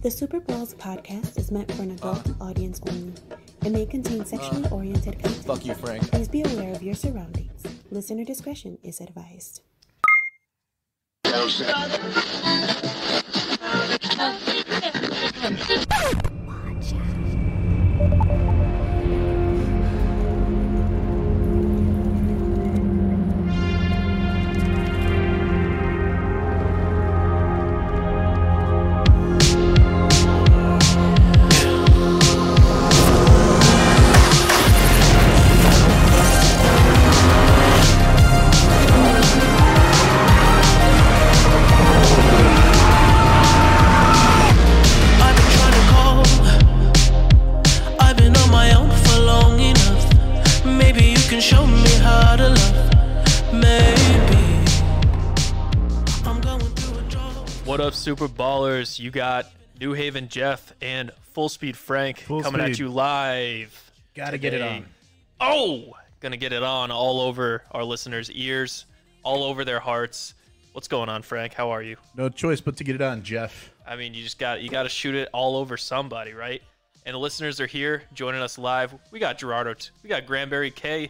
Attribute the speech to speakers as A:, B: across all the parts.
A: The Super Balls podcast is meant for an adult audience only. It may contain sexually oriented content.
B: Fuck you, Frank.
A: Please be aware of your surroundings. Listener discretion is advised.
C: I've been trying to call. I've been on my own for long enough. Maybe you can show me how to love. Maybe I'm going through a drought.
D: What up, Super Ballers? You got New Haven Jeff and Full Speed Frank
E: Full
D: coming at
E: speed.
D: you live.
E: Gotta get it
D: today.
E: on.
D: Oh, gonna get it on all over our listeners' ears, all over their hearts. What's going on, Frank? How are you?
E: No choice but to get it on, Jeff.
D: I mean, you just got you got to shoot it all over somebody, right? And the listeners are here joining us live. We got Gerardo, t- we got Granberry K,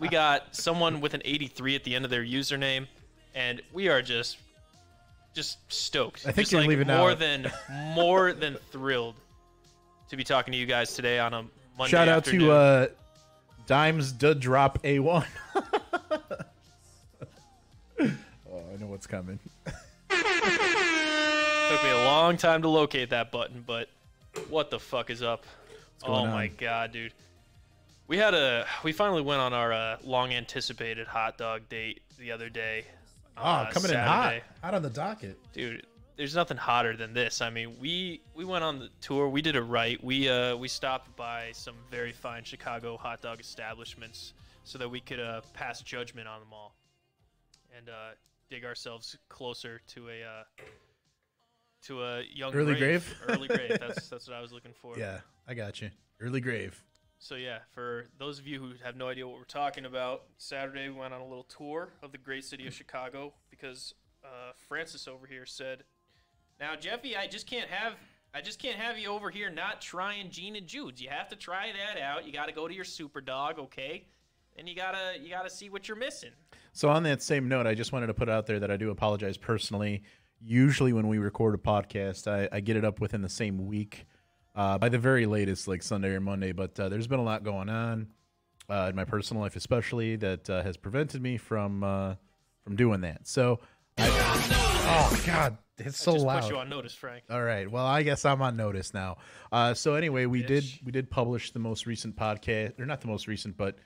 D: we got someone with an 83 at the end of their username, and we are just just stoked.
E: I think
D: Just,
E: you're
D: like,
E: leaving
D: more
E: out-
D: than more than thrilled to be talking to you guys today on a Monday
E: Shout out
D: afternoon.
E: to uh, Dimes Da Drop A1. oh, I know what's coming.
D: Took me
E: Uh,
D: a long time to locate that button, but what the fuck is up? Oh
E: going
D: my
E: on?
D: god, dude. We had a we finally went on our uh, long anticipated hot dog date the other day.
E: Oh,
D: uh,
E: coming in hot.
D: Saturday.
E: Hot on the docket.
D: Dude, there's nothing hotter than this. I mean, we we went on the tour, we did it right. We uh we stopped by some very fine Chicago hot dog establishments so that we could uh, pass judgment on them all and uh dig ourselves closer to a uh to a young
E: Early grave?
D: early grave. That's that's what I was looking for.
E: Yeah, I got you. Early grave.
D: So yeah, for those of you who have no idea what we're talking about, Saturday we went on a little tour of the great city of Chicago because uh, Francis over here said, "Now Jeffy, I just can't have I just can't have you over here not trying Gene and Jude's. You have to try that out. You got to go to your super dog, okay? And you gotta you gotta see what you're missing.
E: So on that same note, I just wanted to put out there that I do apologize personally. Usually when we record a podcast, I, I get it up within the same week, uh, by the very latest, like Sunday or Monday. But uh, there's been a lot going on uh, in my personal life, especially that uh, has prevented me from uh, from doing that. So, I, oh god, it's so
D: just put you on notice, Frank.
E: all right. Well, I guess I'm on notice now. Uh, so anyway, we did
D: Bitch.
E: we did publish the most recent podcast, or not the most recent, but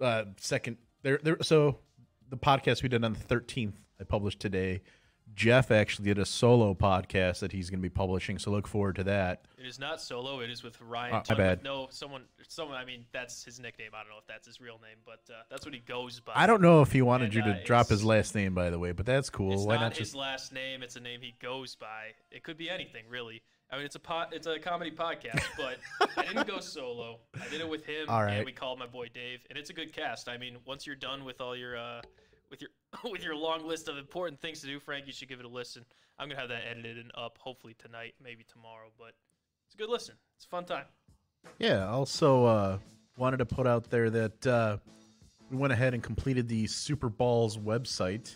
E: uh, second. There, there. So the podcast we did on the 13th, I published today. Jeff actually did a solo podcast that he's going to be publishing, so look forward to that.
D: It is not solo. It is with Ryan.
E: Oh, my
D: Tugman.
E: bad.
D: No, someone someone. I mean, that's his nickname. I don't know if that's his real name, but uh, that's what he goes by.
E: I don't know if he wanted
D: And,
E: you
D: uh,
E: to drop
D: it's-
E: his last name, by the way, but that's cool.
D: it's
E: Why
D: not,
E: not,
D: his
E: just?
D: last name. It's a name he goes by. It could be anything, really. I mean, it's a pot, it's a comedy podcast, but I didn't go solo. I did it with him,
E: All
D: and
E: right.
D: we called my boy Dave, and it's a good cast. I mean, once you're done with all your uh, with your with your long list of important things to do, Frank, you should give it a listen. I'm gonna have that edited and up hopefully tonight, maybe tomorrow, but it's a good listen. It's a fun time.
E: Yeah. Also, uh, wanted to put out there that uh, we went ahead and completed the Super Balls website,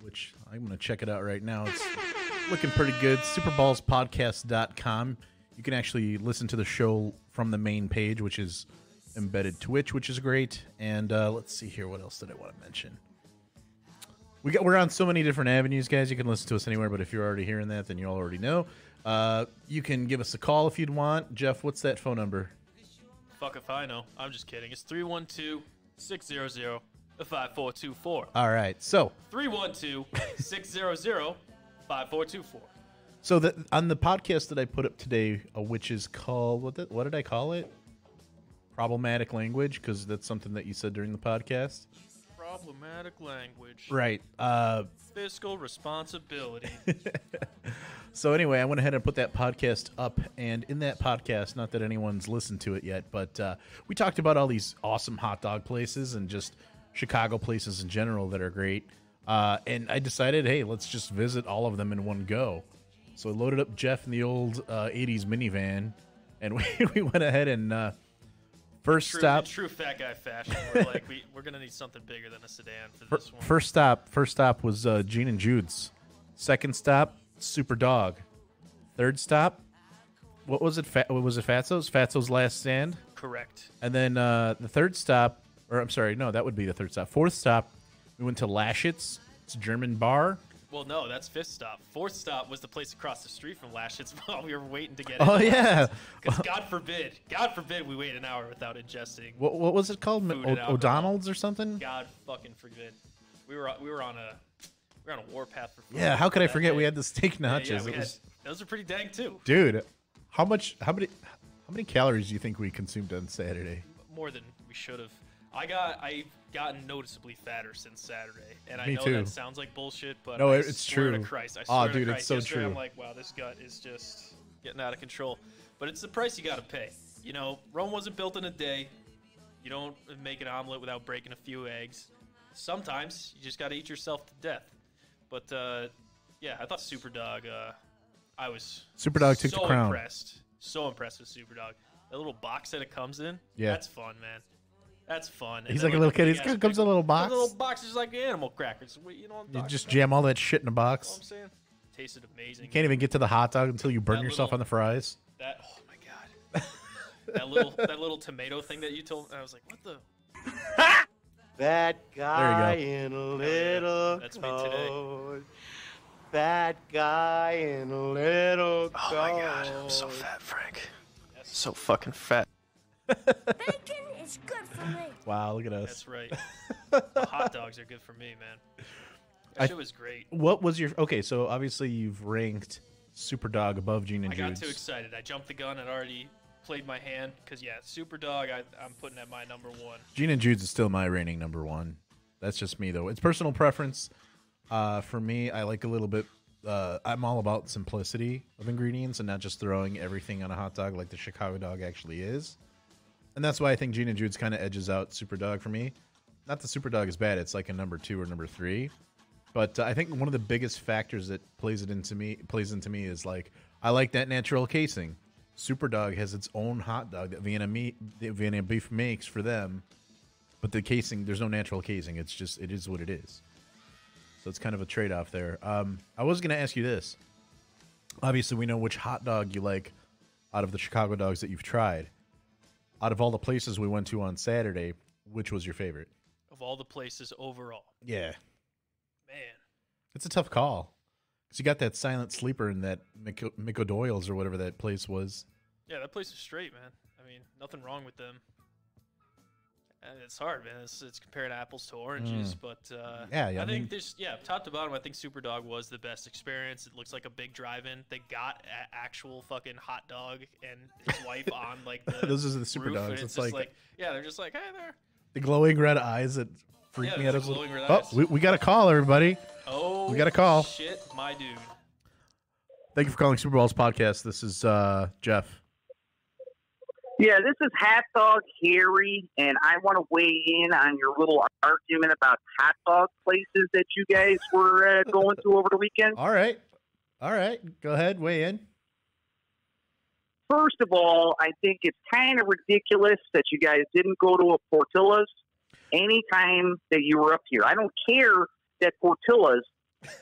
E: which I'm going to check it out right now. It's looking pretty good. Superballspodcast.com. You can actually listen to the show from the main page, which is embedded Twitch, which is great. And uh, let's see here, what else did I want to mention? We got we're on so many different avenues, guys. You can listen to us anywhere, but if you're already hearing that, then you already know. Uh, you can give us a call if you'd want. Jeff, what's that phone number?
D: Fuck if I know. I'm just kidding. It's 312 600 5424.
E: All right, so
D: 312 600 5424.
E: so the, on the podcast that I put up today, uh, which is called what? Did, what did I call it? Problematic language, because that's something that you said during the podcast.
D: Problematic language.
E: Right. Uh,
D: Fiscal responsibility.
E: So anyway, I went ahead and put that podcast up, and in that podcast, not that anyone's listened to it yet, but uh, we talked about all these awesome hot dog places and just Chicago places in general that are great. Uh, and I decided, hey, let's just visit all of them in one go. So I loaded up Jeff in the old uh, 80s minivan, and we, we went ahead and uh, first
D: True,
E: stop.
D: in true fat guy fashion. We're like, we, we're gonna need something bigger than a sedan for this one.
E: First stop, first stop was uh, Gene and Jude's. Second stop, Super Dog. Third stop, what was it? Fa- what was it? Fatso's. Fatso's Last Stand.
D: Correct.
E: And then uh, the third stop, or I'm sorry, no, that would be the third stop. Fourth stop, we went to Laschitz. It's a German bar.
D: Well, no, that's fifth stop. Fourth stop was the place across the street from Lashit's while we were waiting to get.
E: Oh
D: in.
E: yeah,
D: Because God forbid, God forbid, we wait an hour without ingesting.
E: what, what was it called?
D: Food and
E: O-
D: alcohol.
E: O'Donnell's or something?
D: God fucking forbid. We were we were on a we were on a warpath for. food
E: Yeah, how could I
D: that
E: forget?
D: day.
E: We had the steak
D: Yeah,
E: nachos.
D: yeah, we
E: it
D: had-
E: was,
D: those are pretty dang too.
E: dude. How much? How many? How many calories do you think we consumed on Saturday?
D: More than we should have. I got I've gotten noticeably fatter since Saturday, and I
E: Me
D: know
E: too.
D: that sounds like bullshit, but
E: No,
D: I
E: it- it's
D: swear
E: true.
D: To Christ, I
E: Aw,
D: swear to
E: dude, it's
D: Christ,
E: so
D: yesterday I'm
E: true.
D: like, wow, this gut is just getting out of control. But it's the price you got to pay. You know, Rome wasn't built in a day. You don't make an omelet without breaking a few eggs. Sometimes you just got to eat yourself to death. But uh, yeah, I thought Superdog. Uh, I was
E: Superdog took
D: so
E: the crown.
D: Impressed, so impressed with Superdog. That little box that it comes in.
E: Yeah.
D: that's fun, man. That's fun. And
E: He's
D: then
E: like a little
D: the
E: kid.
D: big
E: He's
D: ass
E: got- comes
D: pickle-
E: in a little
D: the
E: box.
D: little box is like animal crackers. Wait, You know what I'm
E: You
D: talking
E: just
D: about?
E: jam all that shit in a
D: You know what
E: box.
D: I'm saying tasted amazing.
E: Can't even get to the hot dog until you burn
D: That
E: yourself
D: little-
E: on the fries.
D: That oh my god. that little that little tomato thing that you told. I was like, what the.
F: That guy in a
D: Oh, yeah.
F: little
D: That's me today.
F: coat. That guy in a little coat.
D: fat, Frank.
G: So fucking fat.
H: Bacon is good for me.
E: Wow, look at us.
D: That's right. the hot dogs are good for me, man. That
E: I-
D: shit was great.
E: What was your okay? So obviously you've ranked Superdog above Gene and
D: I got
E: Jude's.
D: too excited. I jumped the gun and already played my hand because yeah, Super Dog. I, I'm putting at my number one.
E: Gene and Jude's is still my reigning number one. That's just me though. It's personal preference. Uh, for me, I like a little bit. Uh, I'm all about simplicity of ingredients and not just throwing everything on a hot dog like the Chicago dog actually is. And that's why I think Gene and Jude's kind of edges out Superdog for me. Not that Superdog is bad; it's like a number two or number three. But uh, I think one of the biggest factors that plays it into me plays into me is like I like that natural casing. Superdog has its own hot dog that Vienna meat, that Vienna beef makes for them, but the casing there's no natural casing. It's just it is what it is. So it's kind of a trade off there. Um, I was going to ask you this. Obviously, we know which hot dog you like out of the Chicago dogs that you've tried. Out of all the places we went to on Saturday, which was your favorite?
D: Of all the places overall,
E: Yeah,
D: man.
E: It's a tough call. Because you got that silent sleeper in that Mick, Mick O'Doyle's or whatever that place was.
D: Yeah, that place is straight, man. I mean, nothing wrong with them. And it's hard, man. It's, it's comparing apples to oranges, but
E: Mm.
D: uh,
E: Yeah, yeah,
D: I,
E: I mean-
D: think there's yeah, top to bottom, I think Superdog was the best experience. It looks like a big drive-in. They got a- actual fucking hot dog and his wife on like the
E: Those are the
D: roof,
E: Superdogs.
D: and It's,
E: It's
D: just
E: like-
D: like, yeah, they're just like hey there.
E: The glowing red eyes that freaked
D: Yeah,
E: me out.
D: the
E: as a little-
D: glowing red
E: oh,
D: eyes.
E: we, we got a call, everybody.
D: Oh,
E: got a call.
D: Shit, my dude.
E: Thank you for calling Super Bowls Podcast. This is uh, Jeff.
I: Yeah, this is Hot Dog Harry, and I want to weigh in on your little argument about hot dog places that you guys were uh, going to over the weekend.
E: All right. All right. Go ahead. Weigh in.
I: First of all, I think it's kind of ridiculous that you guys didn't go to a Portillo's anytime that you were up here. I don't care that Portillo's,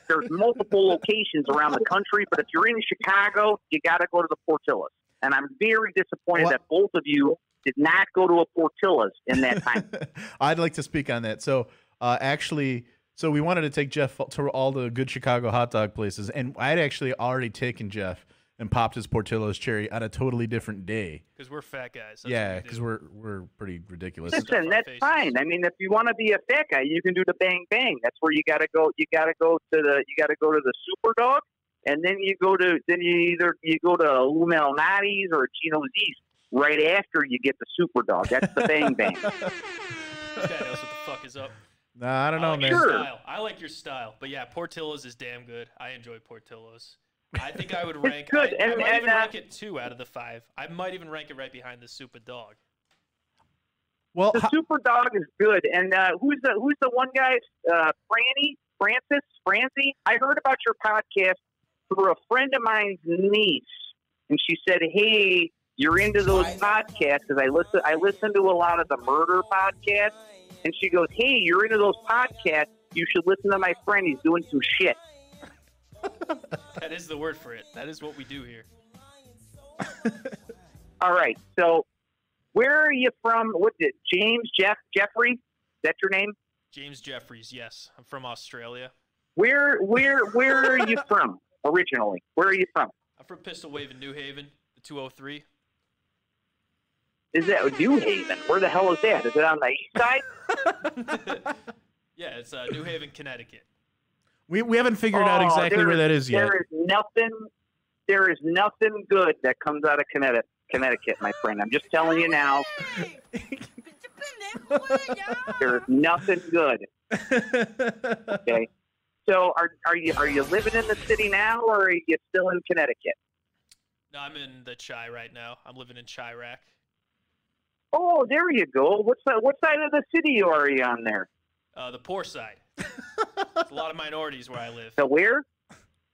I: there's multiple locations around the country, but if you're in Chicago, you got to go to the Portillo's. And I'm very disappointed
E: What?
I: that both of you did not go to a Portillo's in that time.
E: I'd like to speak on that. So, uh, actually, so we wanted to take Jeff to all the good Chicago hot dog places, and I'd actually already taken Jeff and popped his Portillo's cherry on a totally different day.
D: Because we're fat guys. That's what
E: Yeah,
D: we do.
E: because we're we're pretty ridiculous.
D: Just- stuff
I: Listen,
D: on
I: that's
D: faces.
I: fine. I mean, if you want to be a fat guy, you can do the bang bang. That's where you gotta go. You gotta go to the. You gotta go to the super dog, and then you go to. Then you either you go to Illuminati's or Chino's East right after you get the super dog. That's the bang bang.
D: This guy knows what the fuck is up.
E: Nah, I don't know,
D: like
E: man.
D: Your
I: Oh, Sure.
D: style. I like your style, but yeah, Portillo's is damn good. I enjoy Portillo's. I think I would rank.
I: good,
D: I, I
I: and-
D: might
I: and,
D: even
I: uh,
D: rank it two out of the five. I might even rank it right behind the Super Dog.
E: Well,
I: The
E: ho-
I: super dog is good. And uh, who's the who's the one guy? Uh, Franny Francis Francie. I heard about your podcast. through a friend of mine's niece, and she said, "Hey, you're into those podcasts?" Because I listen, I listen to a lot of the murder podcasts, and she goes, "Hey, you're into those podcasts? You should listen to my friend. He's doing some shit."
D: That is the word for it. That is what we do here.
I: All right, so where are you from? What's it? James Jeff Jeffrey? Is that your name?
D: James Jeffries, yes. I'm from Australia.
I: Where where where are you from originally? Where are you from?
D: I'm from Pistol Wave in New Haven, the 203.
I: Is that New Haven? Where the hell is that? Is it on the east side?
D: Yeah, it's uh, New Haven, Connecticut.
E: We, we haven't figured out
I: Oh,
E: exactly
I: there
E: where that is yet.
I: There is nothing. There is nothing good that comes out of Connecticut. Connecticut, my friend. I'm just telling you now. There is nothing good. Okay. So are, are you are you living in the city now, or are you still in Connecticut?
D: No, I'm in the Chi right now. I'm living in Chirac.
I: Oh, there you go. What's that? What side of the city are you on there?
D: Uh, the poor side. There's a lot of minorities where I live,
I: So where?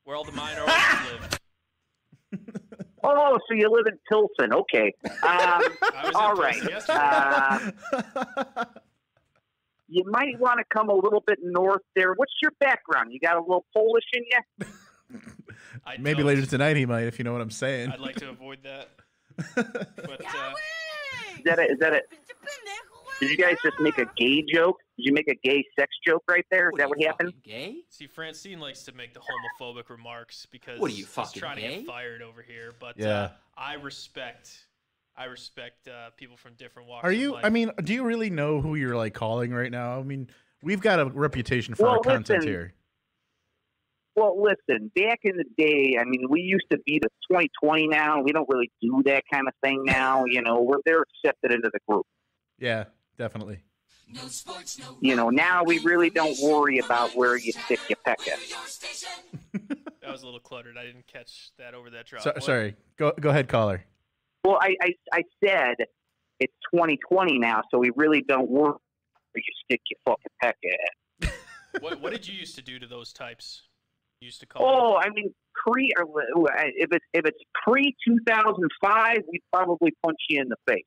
D: where all the minorities live.
I: Oh, so you live in Tilson? Okay. Um,
D: I was in
I: all
D: Tulsa
I: right.
D: yesterday.
I: Uh, you might want to come a little bit north there. What's your background? You got a little Polish in you?
D: I
E: Maybe
D: don't.
E: later tonight he might, if you know what I'm saying.
D: I'd like to avoid that. But uh,
I: Is that a, is that a? Did you guys just make a gay joke? Did you make a gay sex joke right there? Is that what
F: you
I: happened?
F: fucking Gay?
D: see, Francine likes to make the homophobic remarks because
F: What are you,
D: he's
F: fucking
D: trying to
F: gay?
D: get fired over here. But uh,
E: Yeah.
D: I respect, I respect uh, people from different walks.
E: Are
D: of
E: you?
D: life.
E: I mean, do you really know who you're like calling right now? I mean, we've got a reputation for
I: Well,
E: our content
I: listen.
E: here.
I: Well, listen. Back in the day, I mean, we used to be the 2020. Now we don't really do that kind of thing. Now, you know, we're they're accepted into the group.
E: Yeah, definitely.
I: You know, now we really don't worry about where you stick your pecker.
D: that was a little cluttered. I didn't catch that over that drop.
E: So,
D: What?
E: sorry. Go go ahead, caller.
I: Well, I, I I said it's 2020 now, so we really don't worry where you stick your fucking pecker. at.
D: What, what did you used to do to those types? You used to call. them-
I: Oh, I mean, pre or uh, if it's if it's pre 2005, we probably punch you in the face.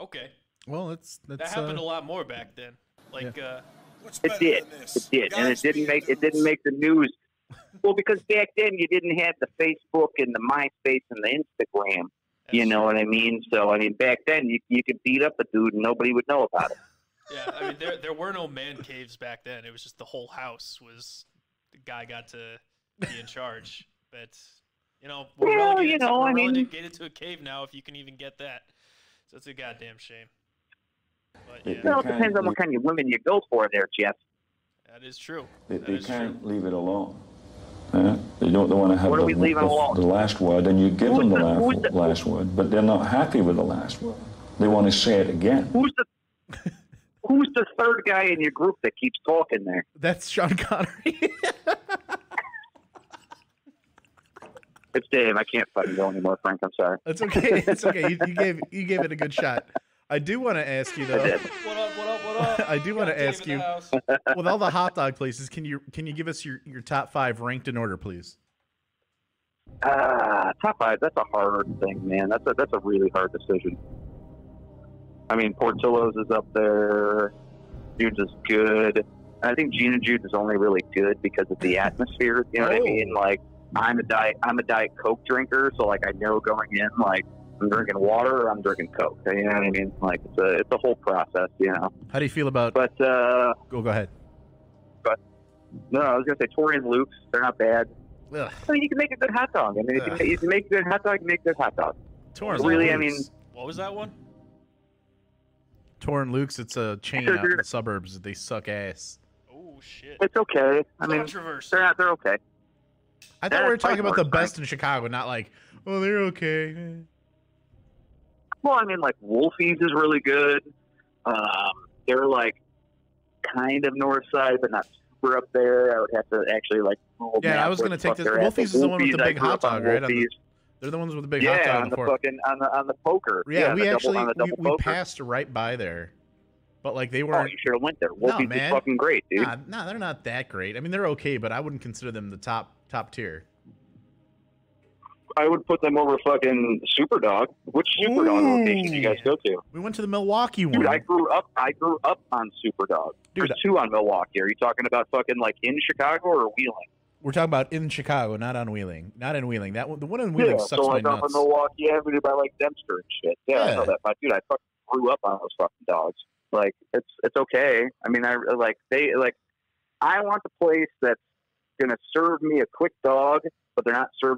D: Okay,
E: Well, that's that's.
D: that happened
E: uh,
D: a lot more back then. Like, uh,
I: It did. It did, and it didn't make it didn't make the news. Well, because back then you didn't have the Facebook and the MySpace and the Instagram. You
D: that's-
I: know what I mean? So I mean, back then you you could beat up a dude and nobody would know about it.
D: Yeah, I mean, there there were no man caves back then. It was just the whole house was the guy got to be in charge. But you know, we're
I: Well,
D: relegated
I: you
D: to-
I: know,
D: we're
I: I mean-
D: relegated to a cave now if you can even get that. So it's a goddamn shame. But yeah,
I: Well, it depends on what kind of women you go for, there, Jeff.
D: that is true.
J: They,
D: That
J: they
D: is true.
J: can't leave it alone. Huh? They don't they want to have
I: What are
J: the,
I: we leaving
J: the,
I: alone?
J: the last word, and you give
I: Who's
J: them the,
I: the-
J: la-
I: who's the-
J: last word, but they're not happy with the last word. They want to say it again.
I: Who's the Who's the third guy in your group that keeps talking there?
E: That's Sean Connery.
I: It's Dave. I can't fucking go anymore, Frank. I'm sorry.
E: that's okay. It's okay. You, you gave you gave it a good shot. I do want to ask you though.
D: What up? What up? What up?
E: I do
D: We
E: want
D: got
E: to
D: Dave
E: ask
D: in the
E: you
D: house.
E: with all the hot dog places. Can you can you give us your, your top five ranked in order, please?
I: Ah, top five. That's a hard thing, man. That's a that's a really hard decision. I mean, Portillo's is up there. Jude's is good. I think Gina Jude's is only really good because of the atmosphere. You know what I
E: Oh.
I: mean? Like, I'm a diet I'm a diet Coke drinker, so like I know going in like I'm drinking water or I'm drinking Coke. You know what I mean? Like it's a it's a whole process, you know.
E: How do you feel about?
I: But uh,
E: Go go ahead.
I: no, I was gonna say Tori and Luke's. They're not bad.
E: Ugh,
I: I mean, you can make a good hot dog. I mean, if you,
E: Ugh.
I: if you make a good hot dog, you make a good hot dog.
E: Torn
I: Really, I
E: Luke's.
I: mean-
D: What was that one?
E: Torn Luke's. It's a chain out in the suburbs. They suck ass.
D: Oh shit!
I: It's okay. I mean,
D: Controversy.
I: they're not. They're okay.
E: I thought we were
I: That's
E: talking about the
I: Buckhorn, Frank.
E: best in Chicago, not like, oh, they're okay. eh.
I: Well, I mean, like Wolfies is really good. Um, they're like kind of north side, but not super up there. I would have to actually like. Google
E: Yeah,
I: Maps
E: I was
I: where
E: gonna
I: the
E: take
I: fuck
E: this-
I: they're at.
E: Wolfies is the one with the
I: Wolfies, I
E: big
I: grew
E: hot
I: up on
E: dog, right? On the
I: Wolfies.
E: They're the ones with the big hot
I: yeah,
E: dog
I: on the
E: fork.
I: fucking on the on the poker.
E: Yeah,
I: on
E: we
I: the
E: actually
I: double, on the
E: we,
I: double
E: we
I: poker.
E: passed right by there, but like they
I: Oh,
E: weren't.
I: you should have went there.
E: No,
I: Wolfies
E: man.
I: is fucking great, dude.
E: nah, nah, they're not that great. I mean, they're okay, but I wouldn't consider them the top top tier.
I: I would put them over fucking Superdog. Which Superdog
E: Ooh.
I: location do you guys go to?
E: We went to the Milwaukee one.
I: Dude, I grew up. I grew up on Superdog.
E: Dude,
I: There's two on Milwaukee. Are you talking about fucking like in Chicago or Wheeling?
E: We're talking about in Chicago, not on Wheeling. Not in Wheeling. That one, the one in Wheeling
I: yeah,
E: sucks
I: so
E: my
I: like up on
E: nuts.
I: Milwaukee Avenue by like Dempster and shit. Yeah, I
E: Yeah.
I: know that. But dude, I fucking grew up on those fucking dogs. Like it's it's okay. I mean, I like they like I want the place that's gonna serve me a quick dog, but they're not serving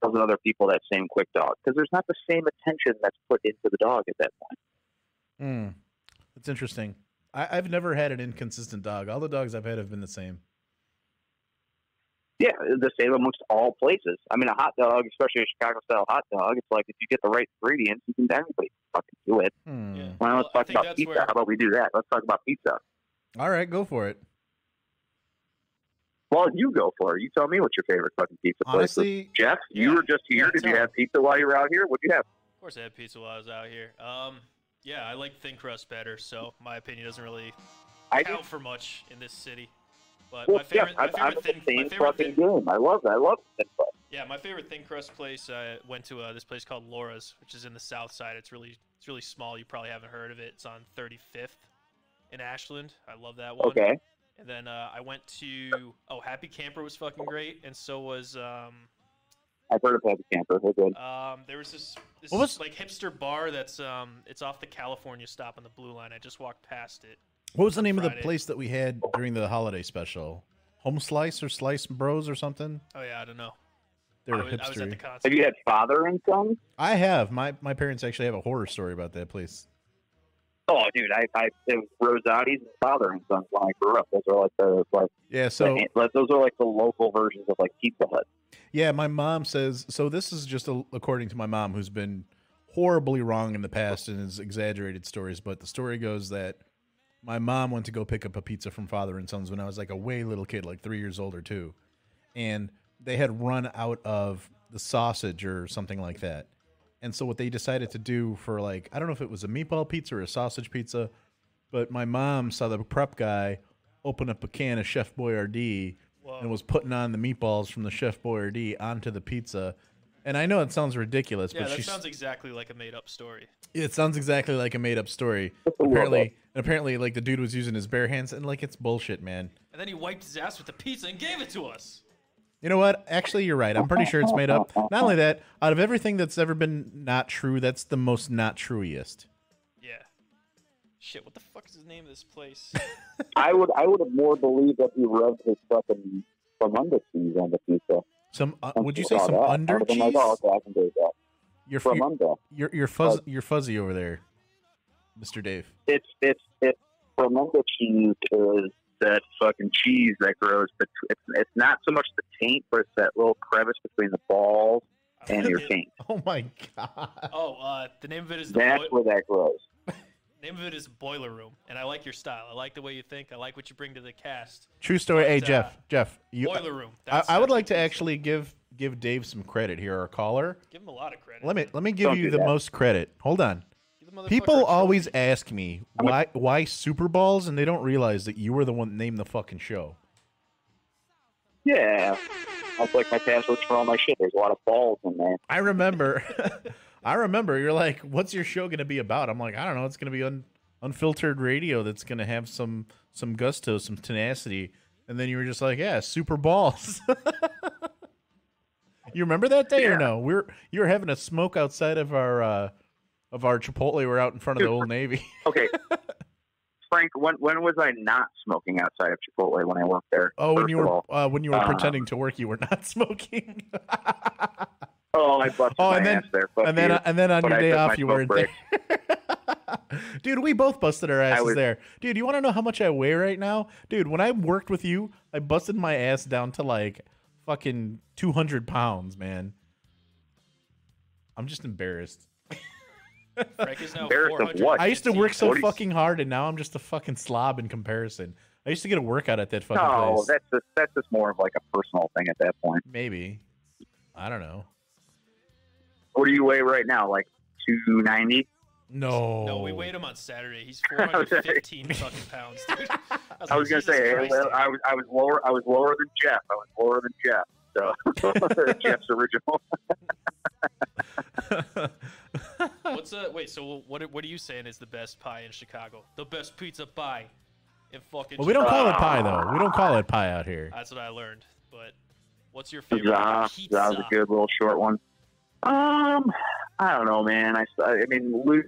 I: themselves and other people that same quick dog because there's not the same attention that's put into the dog at that point.
E: Hmm. That's interesting. I, I've never had an inconsistent dog. All the dogs I've had have been the same.
I: Yeah, the same amongst all places. I mean, a hot dog, especially a Chicago style hot dog, it's like if you get the right ingredients, you can anybody can fucking do it.
E: Hmm.
J: Mm.
D: Yeah.
I: Well, let's
D: Well, I
I: talk
D: think
I: about
D: that's
I: pizza.
D: where-
I: How about we do that? Let's talk about pizza.
E: All right, go for it.
I: Well, you go for it. You tell me what your favorite fucking pizza place is.
E: Honestly,
I: Jeff,
D: Yeah.
I: you were just here.
D: Yeah,
I: Did you
D: tell
I: have pizza while you were out here? What'd you have?
D: Of course, I had pizza while I was out here. Um, yeah, I like thin crust better, so my opinion doesn't really
I: I
D: count
I: just,
D: for much in this city. But
I: well,
D: my favorite,
I: Jeff, I'm,
D: my
I: I'm
D: favorite
I: in
D: thin,
I: the
D: my
I: same
D: favorite
I: fucking
D: thin,
I: game. I love, I love thin crust.
D: yeah, my favorite thin crust place I went to uh, this place called Laura's, which is in the South Side. It's really, it's really small. You probably haven't heard of it. It's on 35th in Ashland. I love that one.
I: Okay.
D: And then uh, I went to oh, Happy Camper was fucking great, and so was um,
I: I've heard of Happy Camper. They're good.
D: Um, there was this, this
E: What was-
D: like hipster bar that's um, it's off the California stop on the Blue Line. I just walked past it.
E: What was the name of the
D: Friday.
E: place that we had during the holiday special? Home Slice or Slice Bros or something?
D: Oh yeah, I don't know.
E: They were
D: I, was, I was at the
E: hipstery.
D: concert.
I: Have you had father and son?
E: I have. My my parents actually have a horror story about that place.
I: Oh, dude, I, I it was Rosati's and father and son when I grew up. Those are like the like,
E: Yeah, so
I: the- like those are like the local versions of like Pizza Hut.
E: yeah, my mom says so this is just a, according to my mom who's been horribly wrong in the past and has exaggerated stories, but the story goes that my mom went to go pick up a pizza from Father and Sons when I was like a way little kid, like 3 years old or 2. and they had run out of the sausage or something like that. And so what they decided to do for like I don't know if it was a meatball pizza or a sausage pizza, but my mom saw the prep guy open up a can of Chef Boyardee and was putting on the meatballs from the Chef Boyardee onto the pizza. And I know it sounds ridiculous,
D: Yeah,
E: but
D: that
E: she
D: sounds exactly like a made-up story.
E: it sounds exactly like a made up story.
I: a world
E: apparently, and apparently, like the dude was using his bare hands, and like it's bullshit, man.
D: And then he wiped his ass with the pizza and gave it to us.
E: You know what? Actually, you're right. I'm pretty sure it's made up. Not only that, out of everything that's ever been not true, that's the most not truiest.
D: Yeah. Shit, what the fuck is the name of this place?
I: I would I would have more believed that he rubbed his fucking from under cheese on the pizza.
E: Some uh,
I: That's
E: would you
I: what
E: say
I: I
E: some
I: thought. I
E: under
I: would've been
E: cheese?
I: Like, oh, okay, I can do that.
E: You're f-
I: From under.
E: you're you're fuzz you're fuzzy over there, Mister Dave.
I: It's it's it's from under cheese is that fucking cheese that grows. But it's it's not so much the taint, but it's that little crevice between the balls
D: I
I: and
D: like
I: your
D: it.
I: taint.
E: Oh my god!
D: Oh, uh, the name of it is the
I: That's
D: boi-
I: where that grows.
D: name of it is Boiler Room, and I like your style. I like the way you think. I like what you bring to the cast.
E: True story. Hey
D: But, uh,
E: Jeff, Jeff, you.
D: Boiler Room.
E: I,
D: That's,
E: I would
D: that's-
E: like to actually give give Dave some credit here, our caller.
D: give him a lot of credit.
E: Let me let me give
I: Don't
E: you
I: do
E: the
I: that.
E: most credit. Hold on.
D: Give the motherfucker a
E: People
D: trophy.
E: always ask me
I: I'm a-
E: why why Super Balls, and they don't realize that you were the one that named the fucking show.
I: Yeah. That's like my passwords for all my shit. There's a lot of balls in there.
E: I remember, I remember. You're like, "What's your show going to be about?" I'm like, "I don't know. It's going to be un, unfiltered radio. That's going to have some some gusto, some tenacity." And then you were just like, "Yeah, Super Balls." you remember that day or no? We were you were having a smoke outside of our uh, of our Chipotle. We're out in front of the Old Navy.
I: Okay. Frank, when when was I not smoking outside of Chipotle when I worked there?
E: Oh, when
I: first
E: you
I: of
E: were
I: all?
E: uh, when you were
I: Uh,
E: pretending to work, you were not smoking.
I: Oh, I busted
E: Oh,
I: my
E: and then-
I: ass there. Fuck
E: and then
I: you.
E: and then on
I: But
E: your
I: I
E: day
I: took my
E: off you
I: smoke
E: weren't there. Dude, we both busted our asses
I: was-
E: there. Dude, you want to know how much I weigh right now? Dude, when I worked with you, I busted my ass down to like fucking 200 pounds, man. I'm just embarrassed.
D: Frank is now
I: Embarrassed of
D: 400.
I: what?
E: I used to work so
I: 40
E: fucking hard and now I'm just a fucking slob in comparison. I used to get a workout at that fucking
I: No,
E: place.
I: Oh, that's just that's just more of like a personal thing at that point.
E: Maybe. I don't know.
I: What do you weigh right now? Like two ninety?
E: No.
D: No, we weighed him on Saturday. He's
I: Okay.
D: 415 fucking pounds, dude.
I: I was gonna
D: Jesus
I: say
D: Christ,
I: I, I was I was lower I was lower than Jeff. I was lower than Jeff. So Jeff's original.
D: What's a wait? So what? are- What are you saying is the best pie in Chicago? The best pizza pie in fucking.
E: Well, we don't call it pie
D: Chicago.
E: though. We don't call it pie out here.
D: That's what I learned. But what's your favorite
I: Za,
D: pizza?
I: Za's a good little short one. Um, I don't know, man. I, I mean, Lou,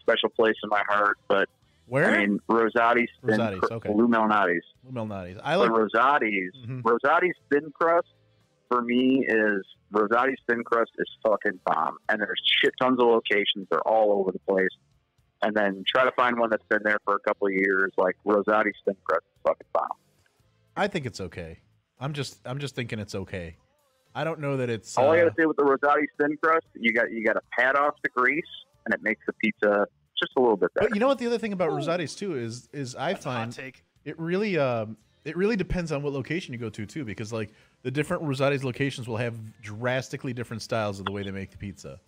I: special place in my heart, but
E: Where?
I: I mean, Rosati's, thin
E: Rosati's,
I: cr-
E: okay.
I: Lou Malnati's.
E: Melnati's. I
I: But
E: like.
I: Rosati's,
E: Mhm.
I: Rosati's thin crust for me is Rosati's thin crust is fucking bomb, and there's shit tons of locations. They're all over the place. And then try to find one that's been there for a couple of years. Like Rosati's thin crust is fucking bomb.
E: I think it's okay. I'm just. I'm just thinking it's okay. I don't know that it's.
I: All I
E: uh,
I: gotta say with the Rosati's thin crust, you got you got to pat off the grease, and it makes the pizza just a little bit better.
E: But you know what? The other thing about Rosati's too is is I
D: That's a hot
E: find
D: take.
E: it really um it really depends on what location you go to too because like the different Rosati's locations will have drastically different styles of the way they make the pizza.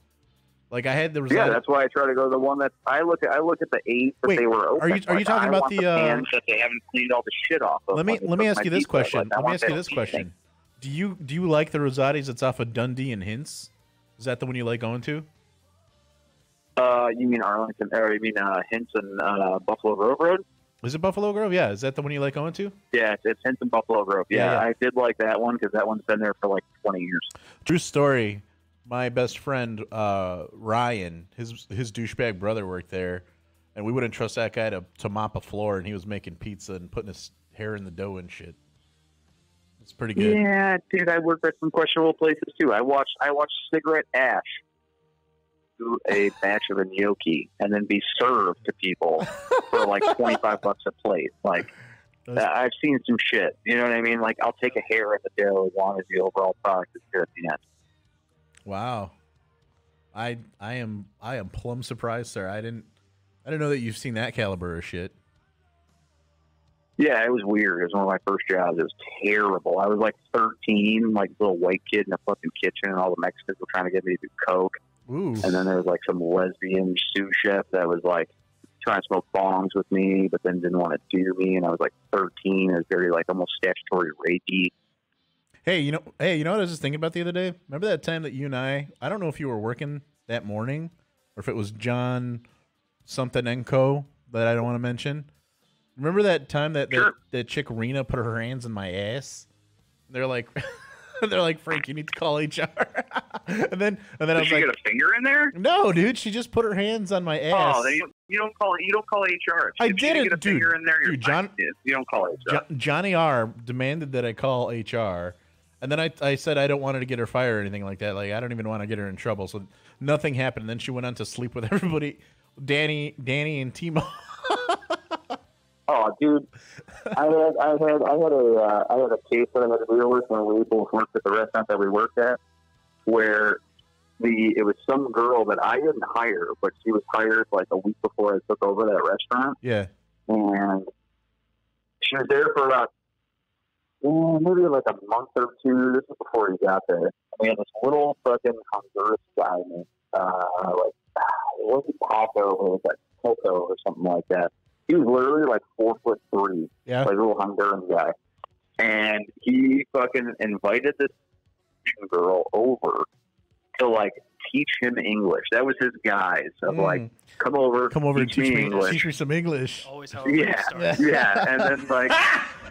E: Like I had the Rosati.
I: yeah, that's why I try to go to the one that I look at. I look at the eight that
E: Wait,
I: they were open.
E: are you- are you
I: Like,
E: talking
I: I
E: about
I: want
E: the,
I: the,
E: uh,
I: pans that they haven't cleaned all the shit off of?
E: let me
I: when they
E: let me
I: cook
E: ask
I: my
E: you this
I: pizza.
E: question.
I: Like, I
E: let me
I: want
E: ask you
I: that
E: this
I: pizza.
E: question. Do you do you like the Rosati's that's off of Dundee and Hints? Is that the one you like going to?
I: Uh, you mean Arlington? Or you mean uh, Hinton uh, Buffalo Grove Road?
E: Is it Buffalo Grove? Yeah, is that the one you like going to?
I: Yeah, it's, it's Hinton Buffalo Grove. Yeah,
E: Yeah, yeah.
I: I did like that one because that one's been there for like twenty years.
E: True story. My best friend uh, Ryan, his his douchebag brother worked there, and we wouldn't trust that guy to, to mop a floor, and he was making pizza and putting his hair in the dough and shit. It's pretty good.
I: Yeah, dude, I worked at some questionable places too. I watched I watched Cigarette Ash do a batch of gnocchi and then be served to people for like twenty five bucks a plate. Like
E: That's-
I: I- I've seen some shit. You know what I mean? Like I'll take a hair in the dough as long as the overall product is good at the end.
E: Wow, I I am I am plumb surprised, sir. I didn't I didn't know that you've seen that caliber of shit.
I: Yeah, it was weird. It was one of my first jobs. It was terrible. I was like thirteen, like little white kid in a fucking kitchen, and all the Mexicans were trying to get me to do coke.
E: Ooh,
I: And then there was like some lesbian sous chef that was like trying to smoke bongs with me, but then didn't want to do me. And I was like 13. It was very like almost statutory rapey.
E: Hey, you know, hey, you know what I was just thinking about the other day? Remember that time that you and I, I don't know if you were working that morning or if it was John something and co that I don't want to mention. Remember that time that
I: Sure.
E: that, that chick Rena put her hands in my ass? They're like they're like, "Frank, you need to call HR." and then and then I
I: Did
E: was
I: you
E: like,
I: get a finger in there?
E: "No, dude, she just put her hands on my ass."
I: Oh, then you, you don't call you don't call HR. If
E: I
I: you
E: didn't,
I: get a
E: dude.
I: finger in there. You're
E: Dude,
I: fine.
E: John-
I: you don't call HR.
E: Jo- Johnny R demanded that I call HR, and then I, I said I don't want her to get her fired or anything like that. Like I don't even want to get her in trouble. So nothing happened. And then she went on to sleep with everybody, Danny, Danny, and Timo.
I: Oh, dude, I had I had I had a uh, I had a case that I had to deal with when we both worked at the restaurant that we worked at, where the it was some girl that I didn't hire, but she was hired like a week before I took over that restaurant.
E: yeah,
I: and she was there for about mm, maybe like a month or two. This is before he got there. We had this little fucking Honduras guy, named, uh, like ah, it wasn't Paco, it was like Coco or something like that. He was literally like four foot three,
E: yeah.
I: like a little Honduran guy, and he fucking invited this Asian girl over to like teach him English. That was his guise of like,
E: Mm.
I: come over,
E: come over and teach me,
I: English
E: teach me some English.
D: Always how it
I: Yeah.
D: starts.
I: yeah, and then like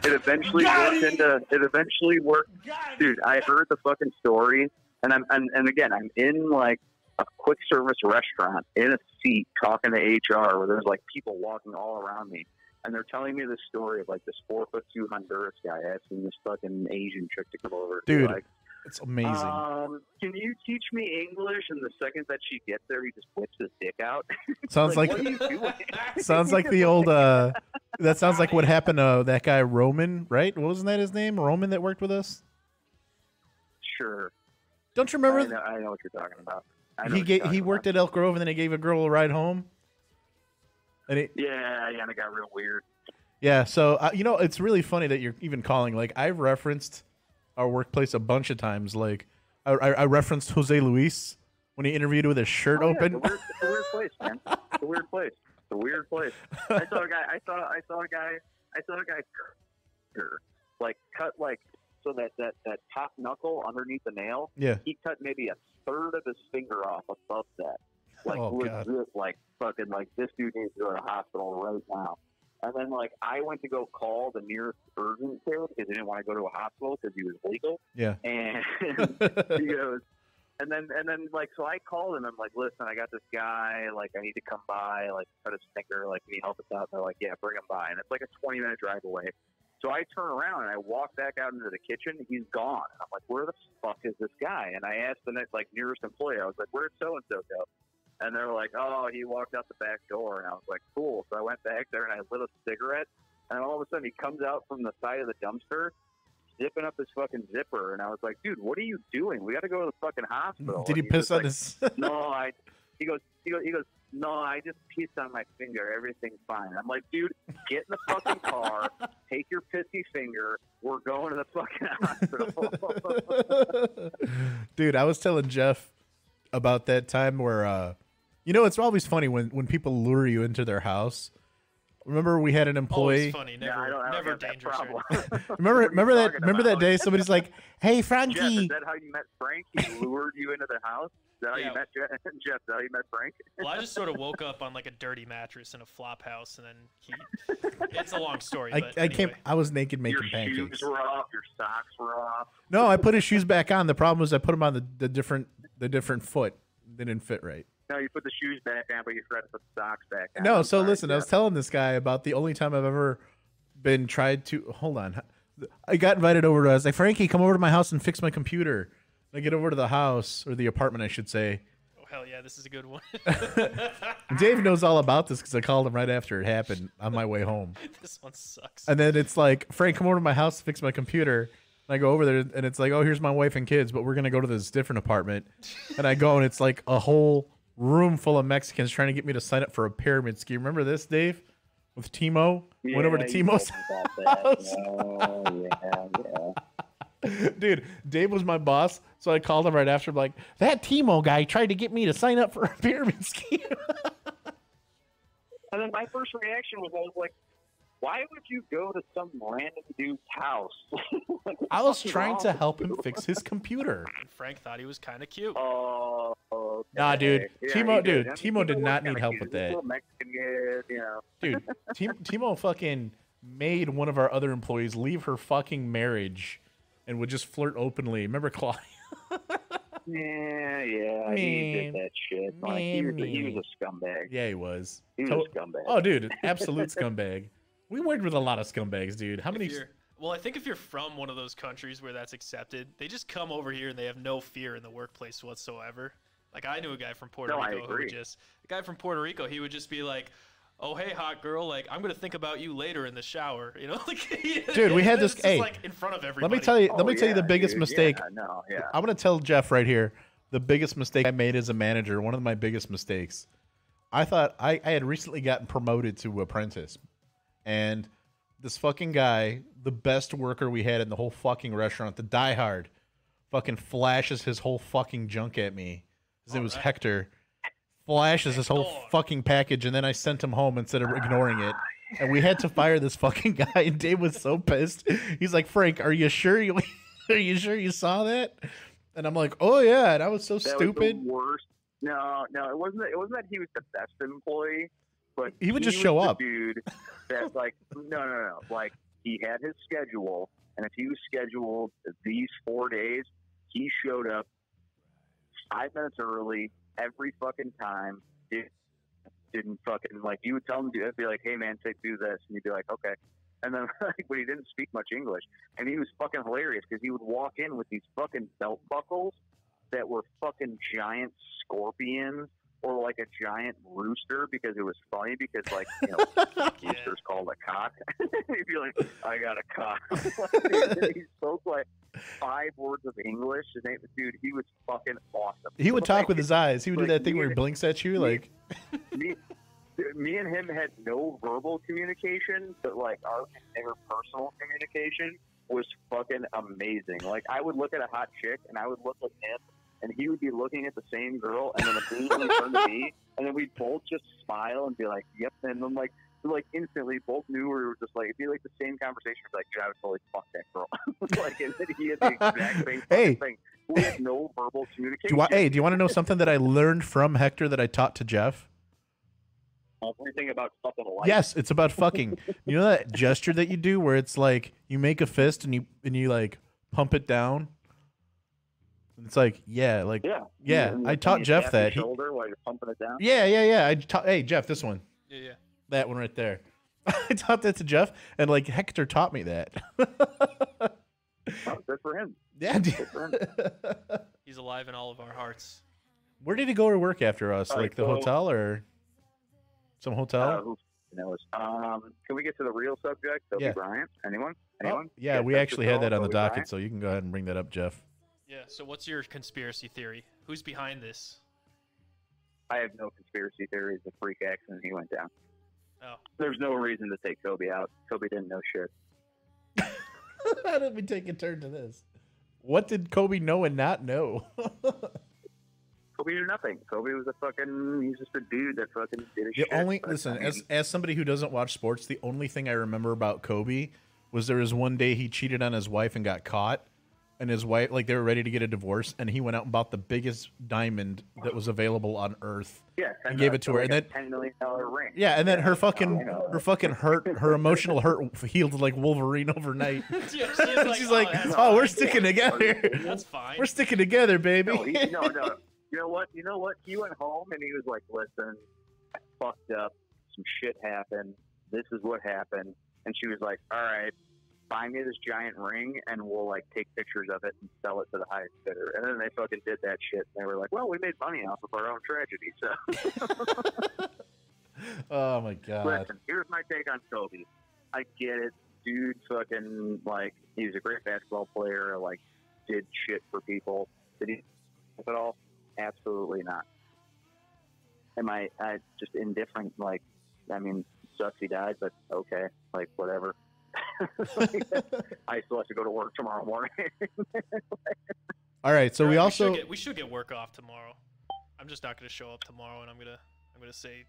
I: it eventually worked into it eventually worked. Dude, I heard the fucking story, and I'm, I'm and again I'm in like a quick service restaurant in a seat talking to HR where there's like people walking all around me, and they're telling me the story of like this four foot two Honduras guy asking this fucking Asian chick to come over,
E: Dude,
I: Like,
E: It's amazing.
I: um, can you teach me English? And the second that she gets there, he just whips his dick out.
E: sounds like,
I: what are you doing?
E: sounds like the old. uh That sounds like what happened to that guy Roman, right? What wasn't that his name? Roman that worked with us.
I: sure.
E: Don't you remember?
I: I know, I know what you're talking about. I know
E: he
I: what
E: gave,
I: you're
E: he
I: talking
E: worked
I: about.
E: at Elk Grove and then he gave a girl a ride home. And it,
I: Yeah, yeah, and it got real weird.
E: yeah, so uh, you know it's really funny that you're even calling. Like I've referenced our workplace a bunch of times. Like I, I, I referenced Jose Luis when he interviewed with his shirt
I: Oh, yeah,
E: open.
I: it's, a weird, it's a weird place, man. It's a weird place. It's a weird place. I saw a guy. I saw. I saw a guy. I saw a guy. cut her, Like cut like so that that that top knuckle underneath the nail.
E: Yeah.
I: he cut maybe a third of his finger off above that. Like
E: Oh, God.
I: legit, like fucking like this dude needs to go to the hospital right now. And then like I went to go call the nearest urgent care because I didn't want to go to a hospital because he was legal.
E: Yeah.
I: And he goes, and then and then like so I called him. I'm like, listen, I got this guy. Like I need to come by. Like cut his finger. Like can you help us out? And they're like, yeah, bring him by. And it's like a 20 minute drive away. So I turn around and I walk back out into the kitchen. and He's gone. And I'm like, where the fuck is this guy? And I asked the next like nearest employee. I was like, where'd so and so go? And they're like, oh, he walked out the back door. And I was like, cool. So I went back there and I lit a cigarette. And all of a sudden, he comes out from the side of the dumpster, zipping up his fucking zipper. And I was like, dude, what are you doing? We got to go to the fucking hospital.
E: Did he
I: And
E: piss
I: he's just
E: on
I: like,
E: his?
I: no, I. He goes. He goes. He goes. No, I just pissed on my finger. Everything's fine. I'm like, dude, get in the fucking car. Take your pissy finger. We're going to the fucking hospital.
E: Dude, I was telling Jeff about that time where uh you know it's always funny when when people lure you into their house. Remember we had an employee
D: Always funny,
I: Yeah, I
D: never,
I: don't, I don't
D: never
I: have that
D: dangerous. or
I: problem.
E: Remember
I: What are you
E: remember that
I: talking
E: remember that
I: about?
E: day somebody's like, "Hey Frankie."
I: Jeff, is that how you met Frank? He lured you into the house. Is that how
D: Yeah.
I: you met Jeff? Jeff, is that how you met Frank?
D: Well, I just sort of woke up on like a dirty mattress in a flop house, and then he. It's a long story,
E: I,
D: but
E: I came.
D: anyway.
E: I was naked
I: Your
E: making
I: shoes
E: pancakes.
I: were off. Your socks were off.
E: No, I put his shoes back on. The problem was I put them on the, the different the different foot. They didn't fit right.
I: No, you put the shoes back on, but you forgot to put the socks back on.
E: No,
I: I'm
E: so
I: sorry,
E: listen, I
I: Jeff.
E: was telling this guy about the only time I've ever been tried to hold on. I got invited over to I was like, Frankie, come over to my house and fix my computer. And I get over to the house or the apartment I should say.
D: Oh, hell yeah, this is a good one.
E: And
I: Ah.
E: Dave knows all about this because I called him right after it happened on my way home.
D: this one sucks.
E: And then it's like, Frank, come over to my house to fix my computer. And I go over there and it's like, oh, here's my wife and kids, but we're going to go to this different apartment. And I go and it's like a whole room full of Mexicans trying to get me to sign up for a pyramid scheme. Remember this, Dave? With Timo? Went over to
I: Yeah, you told
E: Timo's.
I: me about that.
E: house.
I: Oh, yeah, yeah.
E: Dude, Dave was my boss. So I called him right after, like, that Timo guy tried to get me to sign up for a pyramid scheme.
I: And then my first reaction was, I was like, why would you go to some random dude's house? Like,
E: I was
I: fucking
E: trying to
I: awesome.
E: help him fix his computer.
D: And Frank thought he was kind of cute.
I: Oh, okay.
E: Nah, dude. Timo-
I: he did.
E: dude, Timo did
I: was
E: not need
I: kinda
E: help
I: cute.
E: with
I: He's a
E: that.
I: little Mexican kid, you know.
E: Dude, Tim, Timo fucking made one of our other employees leave her fucking marriage and would just flirt openly. Remember Claudia?
I: Yeah, yeah, he
E: Mean.
I: did that shit. Like, he, was a, he was
E: Mean.
I: a scumbag.
E: Yeah, he was.
I: He was
E: To-
I: a scumbag.
E: oh, dude, an absolute scumbag. We worked with a lot of scumbags, dude. How
D: If
E: many?
D: you're- well, I think if you're from one of those countries where that's accepted, they just come over here and they have no fear in the workplace whatsoever. Like I knew a guy from Puerto
I: No, I
D: Rico who
I: agree.
D: would just a guy from Puerto Rico, he would just be like, "Oh hey, hot girl, like I'm gonna think about you later in the shower," you know? Like,
E: Dude, we had
D: it's
E: this-
D: just,
E: hey,
D: like in front of
E: Let
D: everybody.
E: me tell you.
I: Oh,
E: Let me tell you the
I: yeah,
E: biggest
I: dude,
E: mistake.
I: Yeah, no, yeah.
E: I'm gonna tell Jeff right here the biggest mistake I made as a manager. One of my biggest mistakes. I thought I, I had recently gotten promoted to apprentice, and this fucking guy, the best worker we had in the whole fucking restaurant, the diehard, fucking flashes his whole fucking junk at me. His name was Hector. Flashes his whole
D: Hector.
E: fucking package, and then I sent him home instead of ignoring it. And we had to fire this fucking guy. And Dave was so pissed. He's like, "Frank, are you sure you are you sure you saw that?" And I'm like, "Oh yeah." And I was so
I: That was the
E: stupid.
I: worst. No, no, it wasn't. It wasn't that he was the best employee, but
E: He would just
I: was
E: show
I: the
E: up.
I: Dude, that like no, no, no. Like he had his schedule, and if he was scheduled these four days, he showed up five minutes early every fucking time. Did, didn't fucking like you would tell him to I'd be like, hey man, say do this, and he'd be like, okay. And then like, but he didn't speak much English, and he was fucking hilarious because he would walk in with these fucking belt buckles that were fucking giant scorpions or like a giant rooster because it was funny because like you know roosters called a cock. He'd be like, I got a cock. he spoke like five words of English, and they, dude, he was fucking awesome.
E: He would talk with his eyes. He would
I: Like,
E: do that thing where he
I: yeah.
E: blinks at you, like,
I: me, me and him had no verbal communication, but like our interpersonal communication was fucking amazing. Like I would look at a hot chick and I would look at him and he would be looking at the same girl and then immediately turn to me and then we'd both just smile and be like, Yep and then like like instantly, both knew we were just like it'd be like the same conversation. Like, dude, I would totally fuck that girl. like, and then he had the exact same fucking
E: Hey.
I: thing. We had no verbal communication.
E: Do you, hey, do you want to know something that I learned from Hector that I taught to Jeff?
I: Everything about stuff in life.
E: Yes, it's about fucking. you know that gesture that you do where it's like you make a fist and you and you like pump it down. It's like yeah, like
I: Yeah.
E: yeah.
I: And
E: I
I: then
E: taught
I: you
E: Jeff
I: tap your
E: that. He-
I: shoulder while you're pumping it down.
E: yeah, yeah, yeah. I taught. Hey, Jeff, this one,
D: Yeah, yeah.
E: that one right there. I taught that to Jeff, and like Hector taught me that.
I: Oh, good for him.
E: yeah. dude.
I: Good for him.
D: He's alive in all of our hearts.
E: Where did he go to work after us?
I: All right,
E: like the
I: so-
E: hotel or some hotel?
I: Uh, who f***ing knows? Um, can we get to the real subject? Kobe
E: Yeah.
I: Bryant. Anyone?
E: Oh,
I: Anyone?
E: yeah,
I: Yes,
E: we
I: Mr.
E: actually had
I: Stone,
E: that on the
I: Kobe
E: docket,
I: Bryant?
E: so you can go ahead and bring that up, Jeff.
D: Yeah. So what's your conspiracy theory? Who's behind this?
I: I have no conspiracy theory. It's a freak accident. He went down.
D: Oh.
I: There's no reason to take Kobe out. Kobe didn't know shit.
E: How did we take a turn to this? What did Kobe know and not know?
I: Kobe knew nothing. Kobe was a fucking. He's just a dude that fucking did his
E: the
I: shit.
E: only
I: But,
E: listen,
I: I mean,
E: as as somebody who doesn't watch sports, the only thing I remember about Kobe was there was one day he cheated on his wife and got caught, and his wife like they were ready to get a divorce, and he went out and bought the biggest diamond that was available on earth.
I: yeah,
E: and gave it to her, and
I: like
E: then-
I: a ten million dollar ring.
E: Yeah, and then her fucking
I: I know.
E: her fucking hurt, her emotional hurt healed like Wolverine overnight.
D: She's
E: She's like,
D: that's,
E: "Oh, we're sticking together.
D: that's fine.
E: We're sticking together, baby."
I: No, he, no, no. You know what? You know what? He went home and he was like, "Listen, I fucked up. Some shit happened. This is what happened." And she was like, "All right, find me this giant ring, and we'll like take pictures of it and sell it to the highest bidder." And then they fucking did that shit. And they were like, "Well, we made money off of our own tragedy." So,
E: oh my god.
I: listen, here's my take on Kobe. I get it, dude. Fucking like, he was a great basketball player. Like, did shit for people. Did he at all? Absolutely not. Am I, I just indifferent? Like, I mean, sucks he died, but okay, like whatever. I still have to go to work tomorrow morning.
E: All right, so
D: All
E: we
D: right,
E: also
D: should get, we should get work off tomorrow. I'm just not gonna show up tomorrow, and I'm gonna I'm gonna say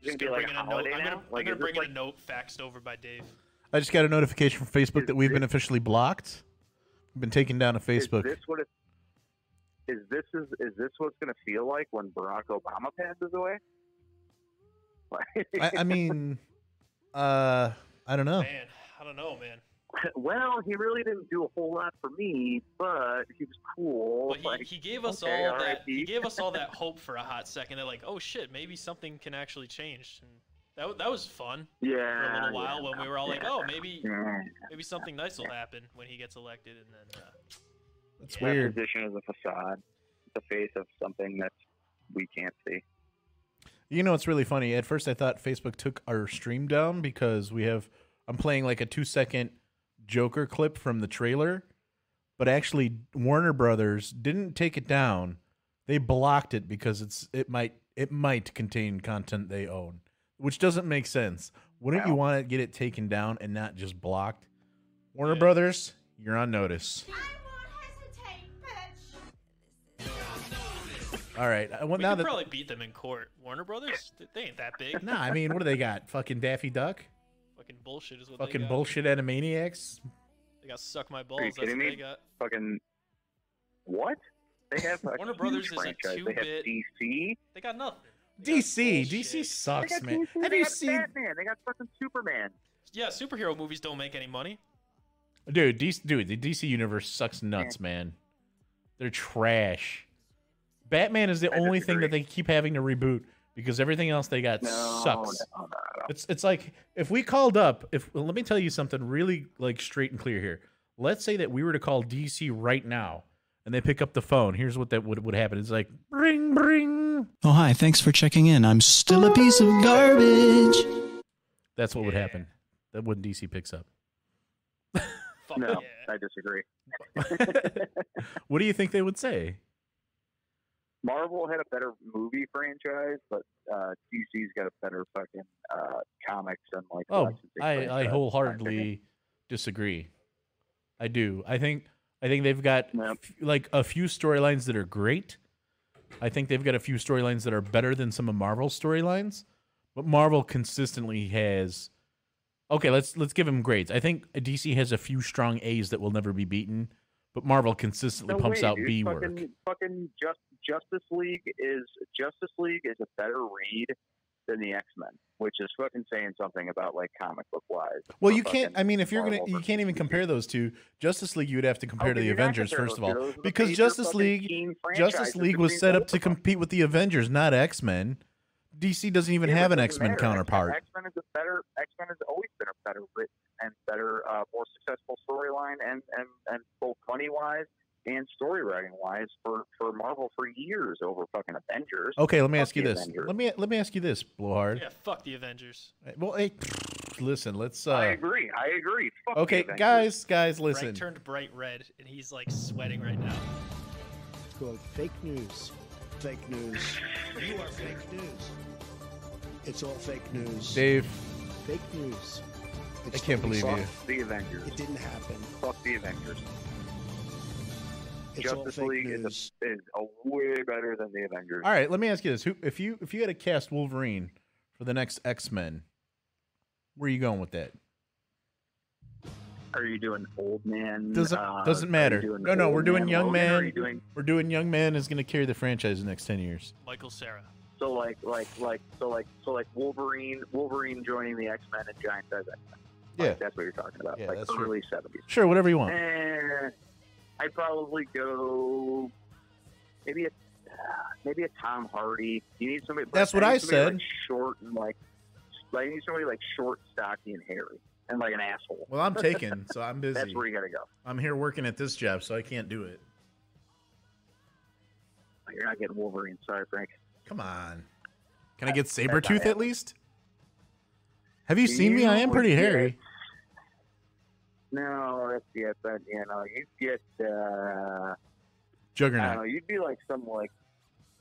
I: It's
D: just
I: gonna be
D: gonna bring
I: like
D: in
I: a
D: a note.
I: holiday
D: I'm
I: now?
D: gonna, I'm
I: Like,
D: gonna
I: is
D: bring
I: this
D: in
I: like-
D: a note faxed over by Dave.
E: I just got a notification from Facebook
I: Is
E: that we've been
I: this-
E: officially blocked. We've been taken down on
I: Is
E: Facebook.
I: this what it, is this is is this what's going to feel like when Barack Obama passes away? Like,
E: I, I mean, uh, I don't know.
D: Man, I don't know, man.
I: well, he really didn't do a whole lot for me, but he was cool.
D: But he,
I: like,
D: he gave us
I: okay,
D: all that he
I: RIP.
D: gave us all that hope for a hot second. That like, oh shit, maybe something can actually change. And that w- that was fun for
I: yeah,
D: a little while
I: Ah, yeah,
D: when we were all like,
I: yeah,
D: oh maybe
I: yeah.
D: maybe something nice will happen when he gets elected, and then uh,
E: That's
D: Yeah.
I: That
E: weird.
I: position is a facade, the face of something that we can't see.
E: You know, it's really funny. At first, I thought Facebook took our stream down because we have. I'm playing like a two second Joker clip from the trailer, but actually, Warner Brothers didn't take it down. They blocked it because it's it might it might contain content they own, which doesn't make sense. Wouldn't you
I: Wow.
E: want to get it taken down and not just blocked? Warner
D: Yeah.
E: Brothers, you're on notice. All right. I- Well,
D: we
E: now
D: could
E: that
D: probably beat them in court. Warner Brothers, They- they ain't that big.
E: nah, I mean, what do they got? Fucking Daffy Duck,
D: Fucking bullshit is what they
E: fucking
D: got.
E: bullshit Animaniacs,
D: They got suck my balls. That's
I: kidding
D: what
I: me?
D: they got.
I: Fucking what? They have a
D: Warner
I: huge
D: Brothers is a
I: franchise. they have
D: two-bit-
I: DC.
D: They got nothing. They got
E: DC,
D: bullshit.
E: DC
I: They
E: sucks,
I: got
E: man.
I: DC, they
E: Have you
I: got
E: seen,
I: Batman? They got fucking Superman.
D: Yeah, superhero movies don't make any money.
E: dude? DC, dude, the DC universe sucks nuts, man. They're trash. Batman is the
I: I
E: only thing that
I: disagree.
E: they keep having to reboot because everything else they got
I: No,
E: sucks.
I: no, no, no.
E: It's it's like if we called up, if well, let me tell you something really like straight and clear here. Let's say that we were to call DC right now and they pick up the phone. Here's what that would would happen. It's like bring bring.
C: Oh, hi, thanks for checking in. I'm still a piece of garbage.
E: That's what would happen. That when DC picks up.
D: Fuck
I: No,
D: yeah.
I: I disagree.
E: what do you think they would say?
I: Marvel had a better movie franchise, but uh, DC's got a better fucking uh, comics and like.
E: Oh,
I: licensing franchise, in
E: I, I
I: my opinion.
E: wholeheartedly disagree. I do. I think I think they've got
I: No.
E: f- like a few storylines that are great. I think they've got a few storylines that are better than some of Marvel's storylines,
K: what Marvel consistently has. Okay, let's let's give him grades. I think DC has a few strong A's that will never be beaten, but Marvel consistently
I: No
K: pumps
I: way,
K: out
I: dude.
K: B work.
I: fucking, Fucking Just, Justice League is Justice League is a better read than the X Men, which is fucking saying something about like comic book wise.
E: Well, you can't. I mean, if you're gonna, you can't even compare those two. Justice League, you would have to compare to
I: can
E: the
I: you not
E: Avengers
I: compare
E: first of
I: those two?
E: all,
I: Those are the
E: because
I: major
E: Justice
I: fucking
E: League,
I: teen
E: Justice
I: franchises
E: League
I: between
E: was set
I: both
E: up to compete with the Avengers, not X Men. DC doesn't even have an X Men counterpart.
I: X Men is a better. X Men has always been a better written and better, uh, more successful storyline, and and and both money wise and story writing wise for for Marvel for years over fucking Avengers.
E: Okay, let me
I: Fuck
E: ask you
I: the
E: this.
I: Avengers.
E: Let me let me ask you this, Blowhard.
D: Yeah, fuck the Avengers.
E: Well, hey, listen, let's. Uh,
I: I agree. I agree. Fuck the
E: okay,
I: Avengers.
E: guys, guys,
D: Frank
E: listen.
D: turned bright red and he's like sweating right now.
F: Quote, fake news. Fake news. you are fake news. It's all fake news.
E: Dave.
F: Fake news.
E: I can't believe
F: fuck.
E: you.
I: The Avengers. It
F: didn't happen.
I: Fuck the Avengers.
F: It's all
I: Justice
F: fake
I: League is a, is a way better than the Avengers.
E: All right, let me ask you this: Who, if you if you had to cast Wolverine for the next X Men, where are you going with that?
I: Are you doing old man?
E: Doesn't
I: uh,
E: doesn't
I: are
E: matter.
I: you doing
E: No, no,
I: old
E: we're doing
I: man
E: young
I: Logan, or Are
E: man.
I: you doing
E: We're doing young man is going to carry the franchise the next ten years.
D: Michael Sarah.
I: so like like like so like so like Wolverine Wolverine joining the X Men and Giant Size X Men.
E: Yeah.
I: like, that's what you're talking about.
E: Yeah,
I: like
E: that's
I: early seventies.
E: Sure, whatever you want.
I: Eh, I'd probably go maybe a maybe a Tom Hardy. You need somebody.
E: That's what I
I: need somebody,
E: said.
I: Like, short and like like you need somebody like short, stocky, and hairy, and like an asshole.
E: Well, I'm taken, so I'm busy.
I: That's where you gotta go.
E: I'm here working at this job, so I can't do it.
I: You're not getting Wolverine. Sorry, Frank.
E: Come on. Can I get
I: That's not
E: Sabretooth at
I: happening.
E: least? Have you seen me? I am pretty
I: You-
E: hairy.
I: No, that's yeah, but you know, you'd get uh, I don't know,
E: Juggernaut.
I: you'd be like some like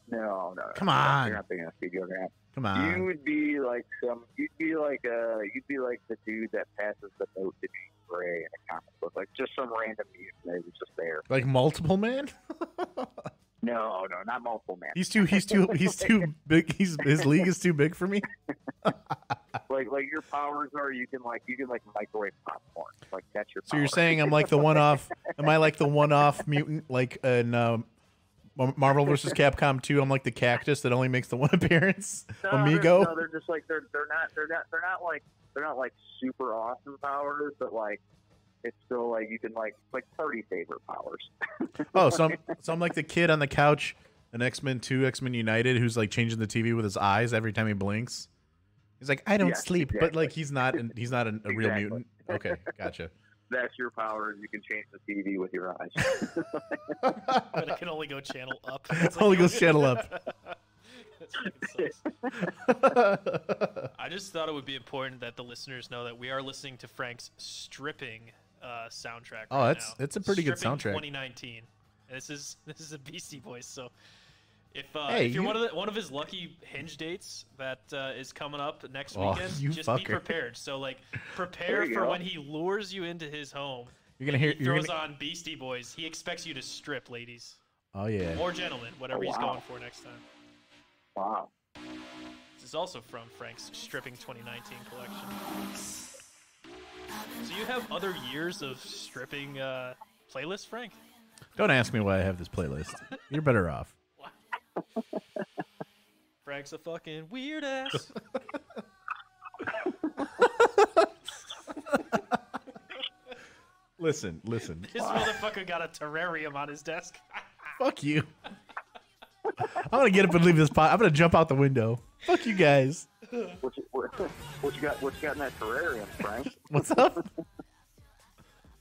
I: no, no. no,
E: Come
I: no,
E: on. Uh-huh.
I: you're not thinking of Steve Juggernaut.
E: Come on.
I: You would be like some. You'd be like uh, you'd be like the dude that passes the note to Jean Grey in a comic book, like just some random dude that was just there.
E: Like multiple man?
I: No, no, not multiple man.
E: He's too. He's too. He's too big. He's his league is too big for me.
I: like like your powers are you can like you can like microwave popcorn. Like that's your.
E: So you're
I: power.
E: saying I'm like the one off? Am I like the one off mutant like in um, Mar- Marvel versus Capcom 2? I'm like the cactus that only makes the one appearance.
I: No,
E: Amigo.
I: They're, no, they're just like they're they're not they're not they're not like they're not like super awesome powers, but like it's still like you can like like party favorite powers.
E: Oh, so I'm so I'm like the kid on the couch in X Men Two, X Men United, who's like changing the TV with his eyes every time he blinks. He's like, I don't
I: Yes,
E: sleep, but
I: exactly.
E: like he's not an, he's not an, a real
I: Exactly.
E: mutant. Okay, gotcha.
I: That's your powers. You can change the TV with your eyes.
D: But it can only go channel up. It's
E: Only goes channel up.
D: That's fucking sucks. I just thought it would be important that the listeners know that we are listening to Frank's stripping uh, soundtrack.
E: Oh,
D: right
E: that's-
D: now.
E: it's a pretty good
D: Stripping
E: soundtrack.
D: 2019. And this is this is a Beastie Boys. So if uh,
E: Hey,
D: if you're
E: you-
D: one of the, one of his lucky hinge dates that uh, is coming up next
E: Oh,
D: weekend,
E: you
D: just
E: fucker.
D: be prepared. So like prepare
I: you
D: for
I: go.
D: when he lures you into his home.
E: You're gonna
D: and
E: hear.
D: He
E: You're
D: throws
E: gonna,
D: on Beastie Boys. He expects you to strip, ladies.
E: oh yeah.
D: Or gentlemen, whatever
I: Oh,
D: he's
I: wow.
D: going for next time.
I: wow.
D: This is also from Frank's Stripping 2019 collection. So you have other years of stripping uh, playlists, Frank?
E: Don't ask me why I have this playlist. You're better off.
D: Frank's a fucking weird ass.
E: Listen, listen.
D: this motherfucker got a terrarium on his desk.
E: Fuck you. I'm gonna get up and leave this pot. I'm gonna jump out the window. Fuck you guys.
I: What you, what, what you got? What you got in that terrarium, Frank?
E: What's up?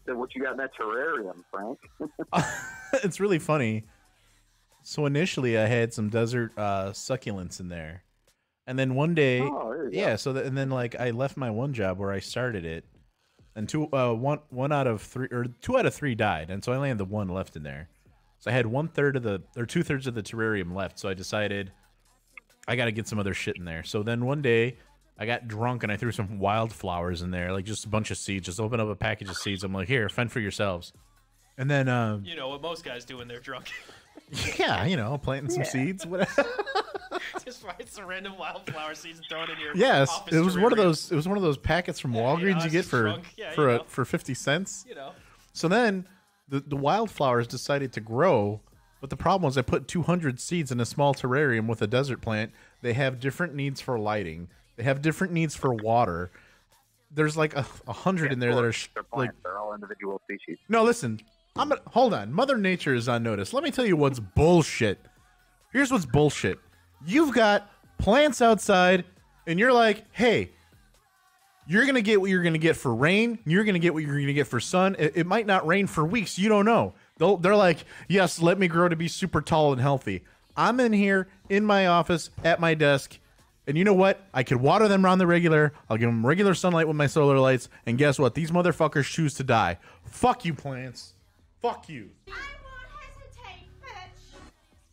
I: Then What you got in that terrarium, Frank?
E: it's really funny. So initially, I had some desert uh, succulents in there, and then one day,
I: Oh, there you go.
E: yeah. So that, and then like I left my one job where I started it, and two, uh, one, one out of three or two out of three died, and so I only had the one left in there. So I had one third of the or two thirds of the terrarium left. So I decided I got to get some other shit in there. So then one day. I got drunk and I threw some wildflowers in there, like just a bunch of seeds. Just open up a package of seeds. I'm like, here, fend for yourselves. And then, um,
D: You know what most guys do when they're drunk.
E: yeah, you know, planting some seeds. Whatever.
D: just find some random wildflower seeds and throw it in your
E: Yes,
D: office
E: it was one of
D: terrarium.
E: those. It was one of those packets from Walgreens you get for
D: trunk. Yeah,
E: for
D: you
E: a,
D: know.
E: for fifty cents.
D: You know.
E: So then, the the wildflowers decided to grow, but the problem was I put two hundred seeds in a small terrarium with a desert plant. They have different needs for lighting. They have different needs for water. There's like a, a hundred in there that are sh-
I: They're
E: like
I: plants. They're all individual species.
E: no, listen. I'm gonna hold on. Mother Nature is on notice. Let me tell you what's bullshit. Here's what's bullshit. You've got plants outside, and you're like, hey, you're gonna get what you're gonna get for rain. You're gonna get what you're gonna get for sun. It, it might not rain for weeks. You don't know. They'll, they're like, yes, let me grow to be super tall and healthy. I'm in here in my office at my desk, and you know what? I could water them around the regular. I'll give them regular sunlight with my solar lights, and guess what? These motherfuckers choose to die. Fuck you, plants. Fuck you.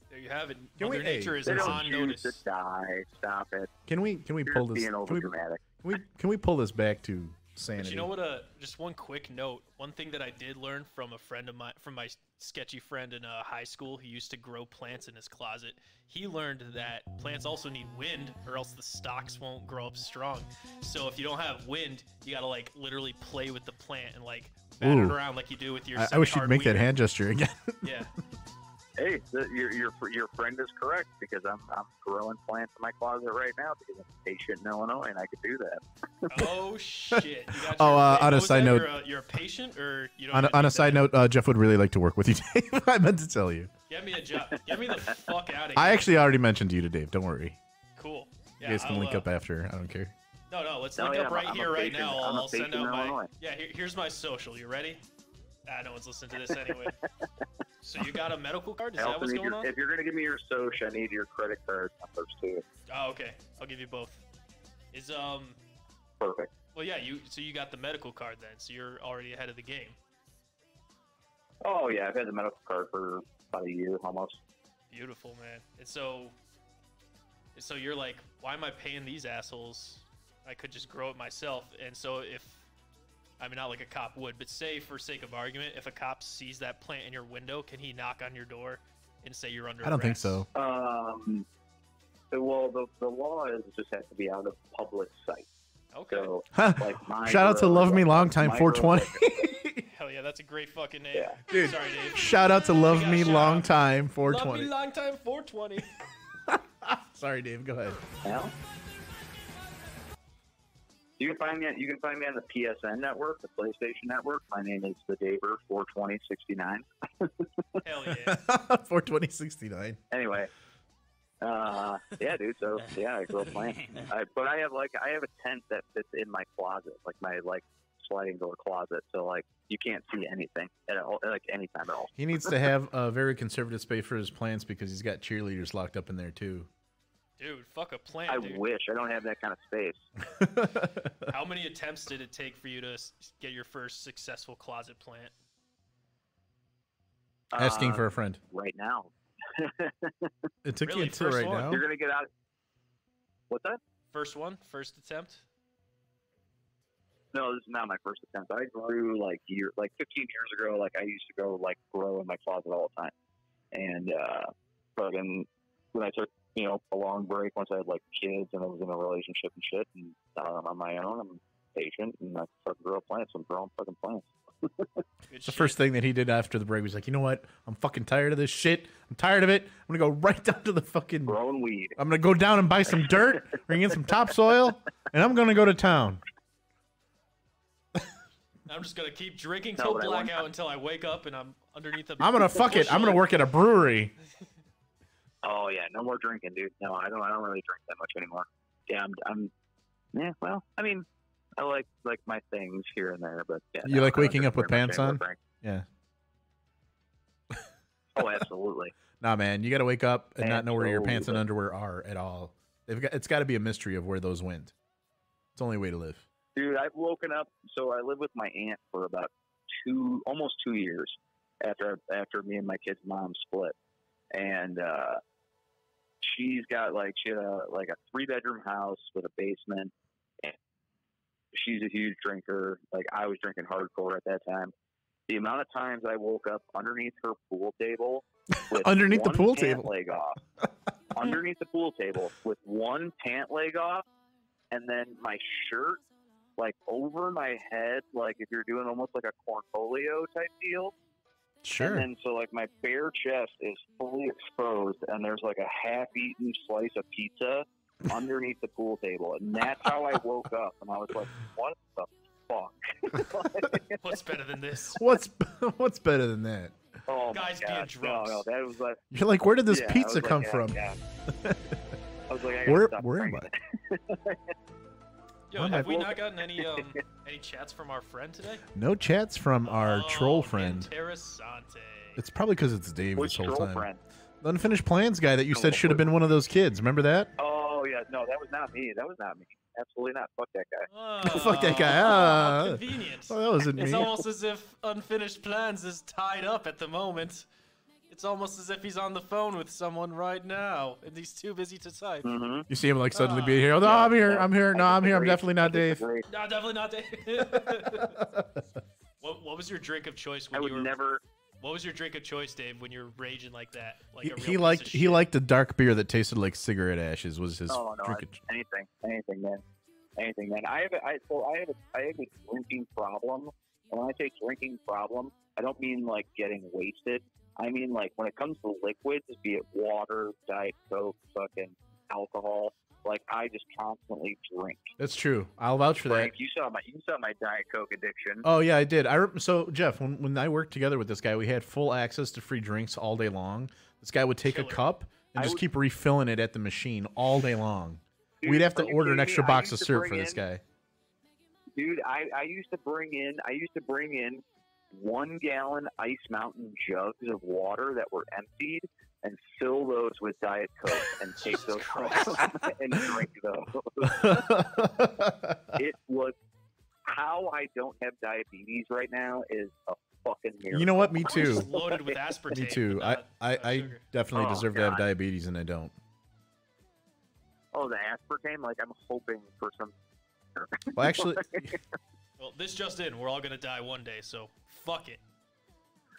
D: There you have it.
E: Can we-
D: Mother
E: hey,
D: Nature is
E: they don't
D: on
E: choose
D: notice.
I: To die. Stop it.
E: Can we can we
I: You're
E: pull this?
I: being
E: Can we, can
I: overdramatic.
E: we can we pull this back to sanity?
D: But you know what? Uh, just one quick note. One thing that I did learn from a friend of mine, from my sketchy friend in uh, high school, who used to grow plants in his closet. He learned that plants also need wind, or else the stalks won't grow up strong. So if you don't have wind, you gotta like literally play with the plant and like bat it
E: Ooh.
D: around like you do with your.
E: I, I wish you'd
D: semi-hard
E: make that
D: wiener.
E: hand gesture again.
D: Yeah.
I: Hey, the, your, your your friend is correct because I'm I'm growing plants in my closet right now because I'm patient in Illinois and I could do that.
D: Oh shit! You got
E: Oh,
D: your-
E: uh, on a
D: wait, what was
E: side
D: that?
E: note-
D: you're a, you're a patient, or you don't.
E: on a,
D: have
E: on
D: any-
E: a side note, uh, Jeff would really like to work with you, Dave. I meant to tell you.
D: Get me a job. Get me the fuck out of here.
E: I actually already mentioned you to Dave. Don't worry.
D: Cool.
E: You
D: Yeah,
E: guys can
D: I'll,
E: link
D: uh,
E: up after. I don't care.
D: No, no, let's
I: No,
D: link
I: yeah,
D: up
I: I'm a-
D: right
I: I'm a
D: here, right
I: patient-
D: now.
I: I'm
D: I'll,
I: a
D: I'll send
I: patient
D: out
I: in
D: my.
I: Illinois.
D: Yeah, here, here's my social. You ready? Ah, no one's listening to this anyway. so you got a medical card? Is
I: I
D: that
I: also
D: what's
I: need
D: going
I: your-
D: on?
I: If you're gonna give me your social, I need your credit card numbers too.
D: Oh, okay. I'll give you both. Is um.
I: Perfect.
D: Well, yeah. You so you got the medical card then, so you're already ahead of the game.
I: Oh yeah, I've had the medical card for about a year almost.
D: Beautiful, man. And so, and so you're like, why am I paying these assholes? I could just grow it myself. And so, if I mean, not like a cop would, but say for sake of argument, if a cop sees that plant in your window, can he knock on your door and say you're under?
E: I don't think
D: arrest?
E: so.
I: Um, well, the, the law is it just has to be out of public sight.
D: Okay.
I: So,
E: Huh.
I: like my
E: Shout out to
I: road,
E: Love Me
I: like,
E: Long Time
I: my road,
E: 420.
I: like,
D: Hell yeah, that's a great fucking name.
E: Dude,
D: Sorry, Dave.
E: shout out to Love
D: gotta
E: Me
D: shout
E: Long
D: out.
E: Time
D: Love me
E: 420.
D: long time 420.
E: Sorry, Dave. Go ahead.
I: Al? You can find me. On, you can find me on the PSN network, the PlayStation network. My name is the Daver four twenty sixty nine.
D: Hell yeah.
E: 42069.
I: Anyway, uh, yeah, dude. So yeah, I grow plants. I, but I have like I have a tent that fits in my closet, like my like sliding door closet. So like you can't see anything at all, like anytime at all.
E: He needs to have a very conservative space for his plants because he's got cheerleaders locked up in there too.
D: Dude, fuck a plant,
I: I
D: dude.
I: wish I don't have that kind of space.
D: How many attempts did it take for you to s- get your first successful closet plant?
E: Asking
I: Uh,
E: for a friend.
I: right now.
E: It took
D: really,
E: you until
D: first
E: right
D: one.
E: now.
I: You're gonna get out. What's that?
D: First one, first attempt.
I: No, this is not my first attempt. I grew like year, like 15 years ago. Like I used to go like grow in my closet all the time, and uh, fucking when I took you know a long break once I had like kids and I was in a relationship and shit, and now I'm on my own. I'm patient and I fucking grow plants. I'm growing fucking plants.
D: Good
E: The
D: shit.
E: first thing that he did after the break was like, you know what? I'm fucking tired of this shit. I'm tired of it. I'm gonna go right down to the fucking.
I: Growing weed.
E: I'm gonna go down and buy some dirt, bring in some topsoil, and I'm gonna go to town.
D: I'm just gonna keep drinking
I: No,
D: till
I: but I want-
D: blackout until I wake up and I'm underneath the.
E: I'm gonna fuck it. I'm gonna work at a brewery.
I: Oh yeah, no more drinking, dude. No, I don't. I don't really drink that much anymore. Yeah, I'm. I'm yeah, well, I mean, I like like my things here and there, but yeah,
E: You
I: no,
E: like
I: I don't
E: waking
I: drink
E: up with
I: very much
E: pants
I: anymore,
E: on?
I: Frank.
E: Yeah.
I: Oh, absolutely.
E: Nah, man, you gotta wake up and not know where your pants and
I: Absolutely.
E: underwear are at all. They've got. It's got to be a mystery of where those went. It's the only way to live.
I: Dude, I've woken up. So I lived with my aunt for about two, almost two years after after me and my kid's mom split, and uh, she's got like she had a like a three bedroom house with a basement. And she's a huge drinker. Like I was drinking hardcore at that time. The amount of times I woke up underneath her pool table, with
E: Underneath the
I: one
E: pool
I: pant
E: table.
I: leg off, underneath the pool table with one pant leg off and then my shirt like over my head, like if you're doing almost like a cornfolio type deal.
E: Sure.
I: And then so like my bare chest is fully exposed and there's like a half eaten slice of pizza underneath the pool table. And that's how I woke up and I was like, What the fuck?
D: What's better than this?
E: What's what's better than that?
I: Oh
D: Guys
I: my
D: being
I: God. No, no, that was like
E: You're like, where did this
I: Yeah, I
E: pizza
I: was like,
E: come
I: yeah,
E: from?
I: yeah. I was like, I gotta
E: Where
I: stop
E: where am
I: drinking.
E: I?
D: Yo,
E: Why am I
D: have we
E: broke?
D: not gotten any um any chats from our friend today? Oh,
E: No chats from our
I: Oh,
E: troll friend.
D: Interessante.
E: It's probably because it's Dave
I: Which
E: this whole
I: troll
E: time.
I: friend?
E: The unfinished plans guy that you said should have been one of those kids. Remember that?
I: Oh yeah, no, that was not me. That was not me. Absolutely not. Fuck that guy.
E: Fuck that guy. Ah,
D: Oh, Convenient.
E: Oh, that wasn't
D: It's
E: me.
D: almost as if unfinished plans is tied up at the moment. It's almost as if he's on the phone with someone right now, and he's too busy to type.
I: Mm-hmm.
E: You see him like
I: Uh,
E: suddenly be here. Oh, No, I'm here. I'm here. No, I'm here. I'm definitely not Dave.
D: No, definitely not Dave. what, what was your drink of choice when you were
I: never?
D: What was your drink of choice, Dave, when you were raging like that? Like
E: He,
D: a real
E: he
D: piece
E: liked
D: of
E: he
D: shit?
E: liked a dark beer that tasted like cigarette ashes. Was his
I: No, no,
E: drink.
I: I- anything, anything, man, anything, man. I have, a, I so I have, a, I have a drinking problem. And when I say drinking problem, I don't mean like getting wasted. I mean like when it comes to liquids, be it water, diet coke, fucking alcohol. Like I just constantly drink.
E: That's true. I'll vouch for that.
I: Frank, you saw my, you saw my diet coke addiction.
E: Oh yeah, I did. I rem- so Jeff, when when I worked together with this guy, we had full access to free drinks all day long. This guy would take a cup and
I: I
E: just
I: would-
E: keep refilling it at the machine all day long.
I: Dude,
E: We'd have
I: are
E: to
I: you
E: order an
I: kidding
E: extra
I: me? I
E: box of
I: used to
E: syrup
I: bring
E: for this
I: in-
E: guy.
I: dude I, I used to bring in i used to bring in one gallon ice mountain jugs of water that were emptied and fill those with diet coke and take those home and drink those it was how i don't have diabetes right now is a fucking miracle
E: You know what? Me too.
D: Loaded with aspartame.
E: Me too. I I, I definitely
I: Oh,
E: deserve to have
I: God.
E: diabetes and I don't.
I: oh the aspartame like i'm hoping for some
E: Well, actually-
D: Well, this just in, we're all gonna die one day, so fuck it.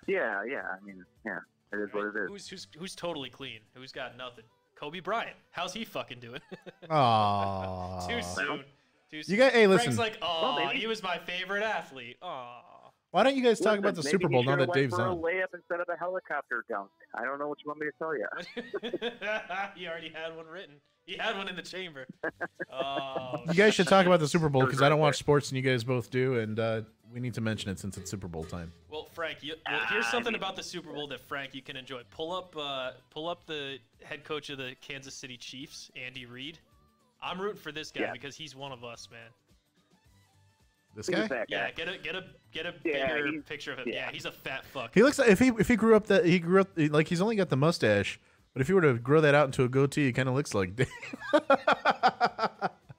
I: yeah yeah i mean yeah it is what it is
D: Who's who's who's totally clean? Who's got nothing? Kobe Bryant. How's he fucking doing?
E: Aww.
D: Too soon. Too soon.
E: You got- hey, listen.
D: Frank's like,
E: Well,
D: oh,
E: maybe-
D: he was my favorite athlete. Aw.
E: Why don't you guys talk
I: Listen,
E: about the
I: maybe
E: Super
I: he
E: Bowl now
I: should've
E: that
I: went
E: Dave's
I: for
E: on?
I: a layup instead of a helicopter dunk i don't know what you want me to tell you
D: he already had one written. He had one in the chamber. Oh,
E: You guys should talk about the Super Bowl
D: There's
E: because I
D: right
E: don't watch sports and you guys both do, and uh, we need to mention it since it's Super Bowl time.
D: Well, Frank, you,
E: Ah,
D: well, here's something about the Super Bowl that Frank you can enjoy. Pull up, uh, pull up the head coach of the Kansas City Chiefs, Andy Reid. I'm rooting for this guy
E: Yeah.
D: because he's one of us, man.
E: This guy?
D: Yeah, get a get a get a
I: Yeah,
D: bigger
I: he's-
D: picture of him.
I: yeah.
D: Yeah. he's a fat fuck.
E: He looks like if he if he grew up that he grew up like he's only got the mustache, but if he were to grow that out into a goatee, he kind of looks like Dave.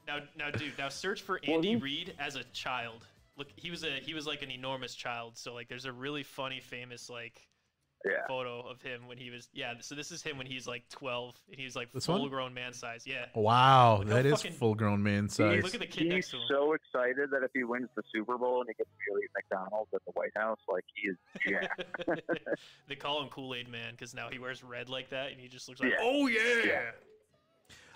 D: Now, now, dude, now search for Andy Reid as a child. Look, he was a he was like an enormous child. So like, there's a really funny, famous like
I: Yeah.
D: photo of him when he was yeah. So this is him when he's like 12 and he's like
E: This one?
D: full grown man size. Yeah.
E: Wow,
D: Look how
E: that is
D: fucking-
E: full grown man size.
D: Look at the kid
I: he's
D: next to him.
I: so excited that if he wins the Super Bowl and he gets to eat McDonald's at the White House, like he is jacked.
D: they call him Kool Aid Man because now he wears red like that and he just looks like
I: Yeah.
D: oh yeah.
I: Yeah.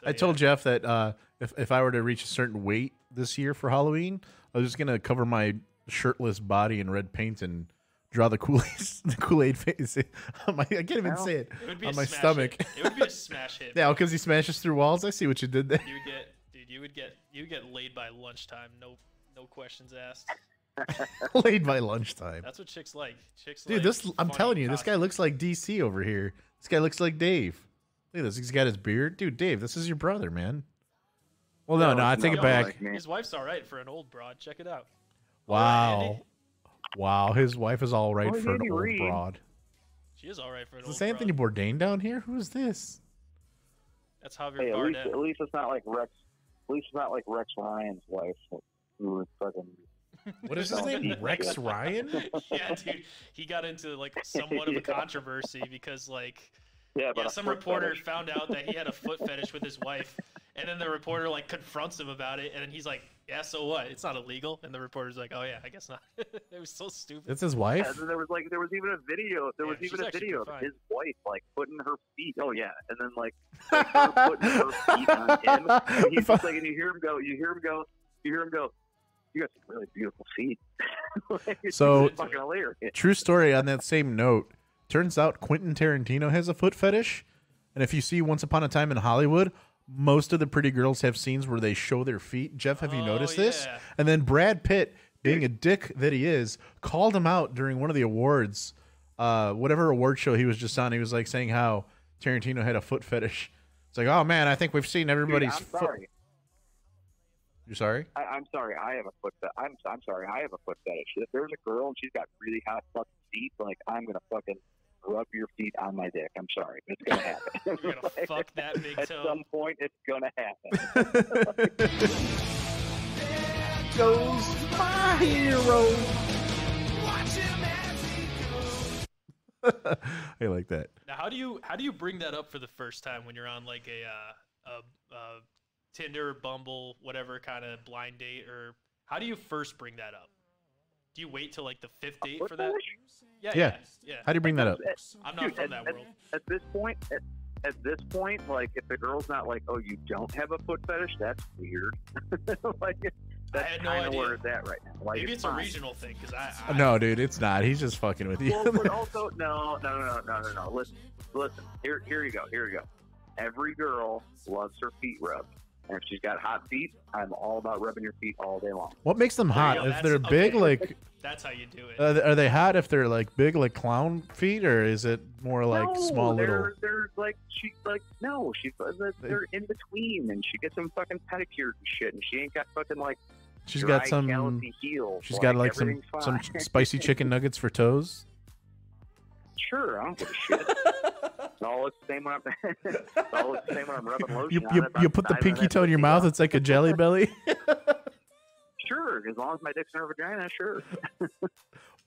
E: I told Jeff that uh, if if I were to reach a certain weight this year for Halloween, I was just gonna cover my shirtless body in red paint and draw the Kool Aid the Kool Aid face. On my, I can't even
D: Well,
E: say it,
D: it would be
E: on
D: a
E: my
D: smash
E: stomach.
D: hit. It would be a smash hit,
E: yeah,
D: bro.
E: because he smashes through walls. I see what you did there.
D: You would get dude, you would get you would get laid by lunchtime. No, no questions asked.
E: Laid by lunchtime.
D: That's what chicks like. Chicks
E: Dude,
D: like
E: this I'm
D: funny
E: telling you, this
D: cock-
E: guy looks like DC over here. This guy looks like Dave. Look at this. He's got his beard. Dude, Dave, this is your brother, man. Well, no, no, I take it
D: Yo,
E: back.
D: His wife's all right for an old broad. Check it out.
E: Wow. Wow, his wife is all right
D: Oh,
E: for an
D: Andy
E: old
D: Reid.
E: broad.
D: She is all right for an
E: Is
D: old
E: this Anthony Bourdain down here? Who is this?
D: That's Javier
I: hey, at least,
D: Bardem.
I: at least it's not like Rex. At least it's not like Rex Ryan's wife, who is fucking.
E: What is his name? Rex Ryan?
D: yeah, dude, he got into like somewhat of a
I: Yeah.
D: controversy because like
I: Yeah,
D: yeah,
I: but a
D: some
I: foot
D: reporter
I: fetish.
D: found out that he had a foot fetish with his wife, And then the reporter like confronts him about it, and then he's like, "Yeah, so what? It's not illegal." And the reporter's like, "Oh yeah, I guess not." it was so stupid.
K: That's his wife?
I: Yeah, there was like there was even a video. There was
D: Yeah,
I: even
D: she's
I: a
D: actually
I: video of
D: fine.
I: his wife like putting her feet. Oh yeah, and then like, like her putting her feet on him. And he's just like, and you hear him go. You hear him go. You hear him go. You got some really beautiful feet. Like, it's
E: So,
I: just fucking hilarious.
E: true story on that same note. Turns out Quentin Tarantino has a foot fetish. And if you see Once Upon a Time in Hollywood, most of the pretty girls have scenes where they show their feet. Jeff, have you noticed this?
D: yeah.
E: And then Brad Pitt, being a dick that he is, called him out during one of the awards, uh, whatever award show he was just on. He was like saying how Tarantino had a foot fetish. It's like, oh man, I think we've seen everybody's
I: Dude, I'm
E: foot.
I: sorry.
E: You're sorry?
I: I, I'm sorry. I have a foot. Fe- I'm I'm sorry. I have a foot fetish. If there's a girl and she's got really hot fucking feet, like I'm gonna fucking rub your feet on my dick. I'm sorry. It's gonna happen. You're gonna fuck that big At some point, it's gonna happen.
B: Goes my hero.
E: I like that.
D: Now, how do you how do you bring that up for the first time when you're on like a uh, a, a Tinder, Bumble, whatever kind of blind date, or how do you first bring that up? Do you wait till like the fifth date for that? Yeah, yeah,
E: Yeah.
D: yeah.
E: How do you bring that up?
D: I'm not
I: Dude,
D: from
I: at,
D: that
I: at-
D: world.
I: At this point, at, at this point, like if the girl's not like, "Oh, you don't have a foot fetish," that's weird. like that's
D: had no
I: kind of
D: idea.
I: where it's at right now. Like
D: Maybe it's a
I: fine.
D: regional thing because I, I
E: No, dude, it's not. He's just fucking with you.
I: Well, but also, no, no, no, no, no, no. Listen, listen. Here, here you go. Here you go. Every girl loves her feet rubbed, and if she's got hot feet, I'm all about rubbing your feet all day long.
E: What makes them
I: There you
E: hot?
I: go,
E: If
I: that's-
E: they're big,
I: okay.
E: like
D: that's how you do it.
E: Are they, are they hot if they're like big, like clown feet, or is it more like
I: no,
E: small
I: they're,
E: little?
I: They're like she's like no, she's they're in between, and she gets some fucking pedicure and shit, and she ain't got fucking like.
E: She's
I: dry,
E: got some.
I: gallopy heels.
E: She's got like some
I: everything's
E: some
I: fine.
E: spicy chicken nuggets for toes.
I: Sure, I don't give a shit. it's all the same when I'm. it's all the same when I'm rubbing lotion
E: You
I: on
E: you,
I: it, but
E: you
I: I'm
E: put the
I: diving in
E: pinky
I: it.
E: toe in your
I: uh,
E: mouth. It's like a jelly belly.
I: Sure, as long as my dick's in her vagina, sure.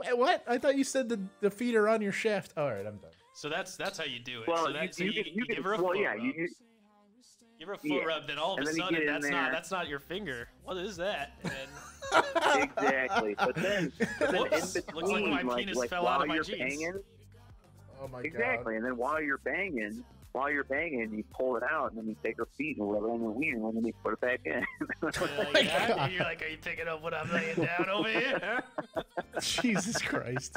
E: Wait, what? I thought you said the the feet are on your shaft. All right, I'm done.
D: So that's that's how you do it.
I: Well,
D: so that,
I: you-
D: so
I: you
D: you,
I: can-
D: you
I: you can-
D: give her a
I: well,
D: foot
I: yeah,
D: rub.
I: you- you-
D: give her a foot
I: yeah.
D: rub, then all of
I: And
D: a
I: then you
D: sudden
I: get in
D: that's not
I: there.
D: that's not your finger. What is that? And then
I: exactly. But then, but then in
D: Whoops,
I: between,
D: looks like my penis fell
I: while
D: out of my
I: you're
D: jeans.
I: Banging,
E: oh my
I: exactly. And then while you're banging, while you're banging, you pull it out, and then you take her feet and rub it on your wiener, and then you put it back in.
E: Oh
D: like that, and you're like, are you picking up what I'm laying down over here?
E: Jesus Christ!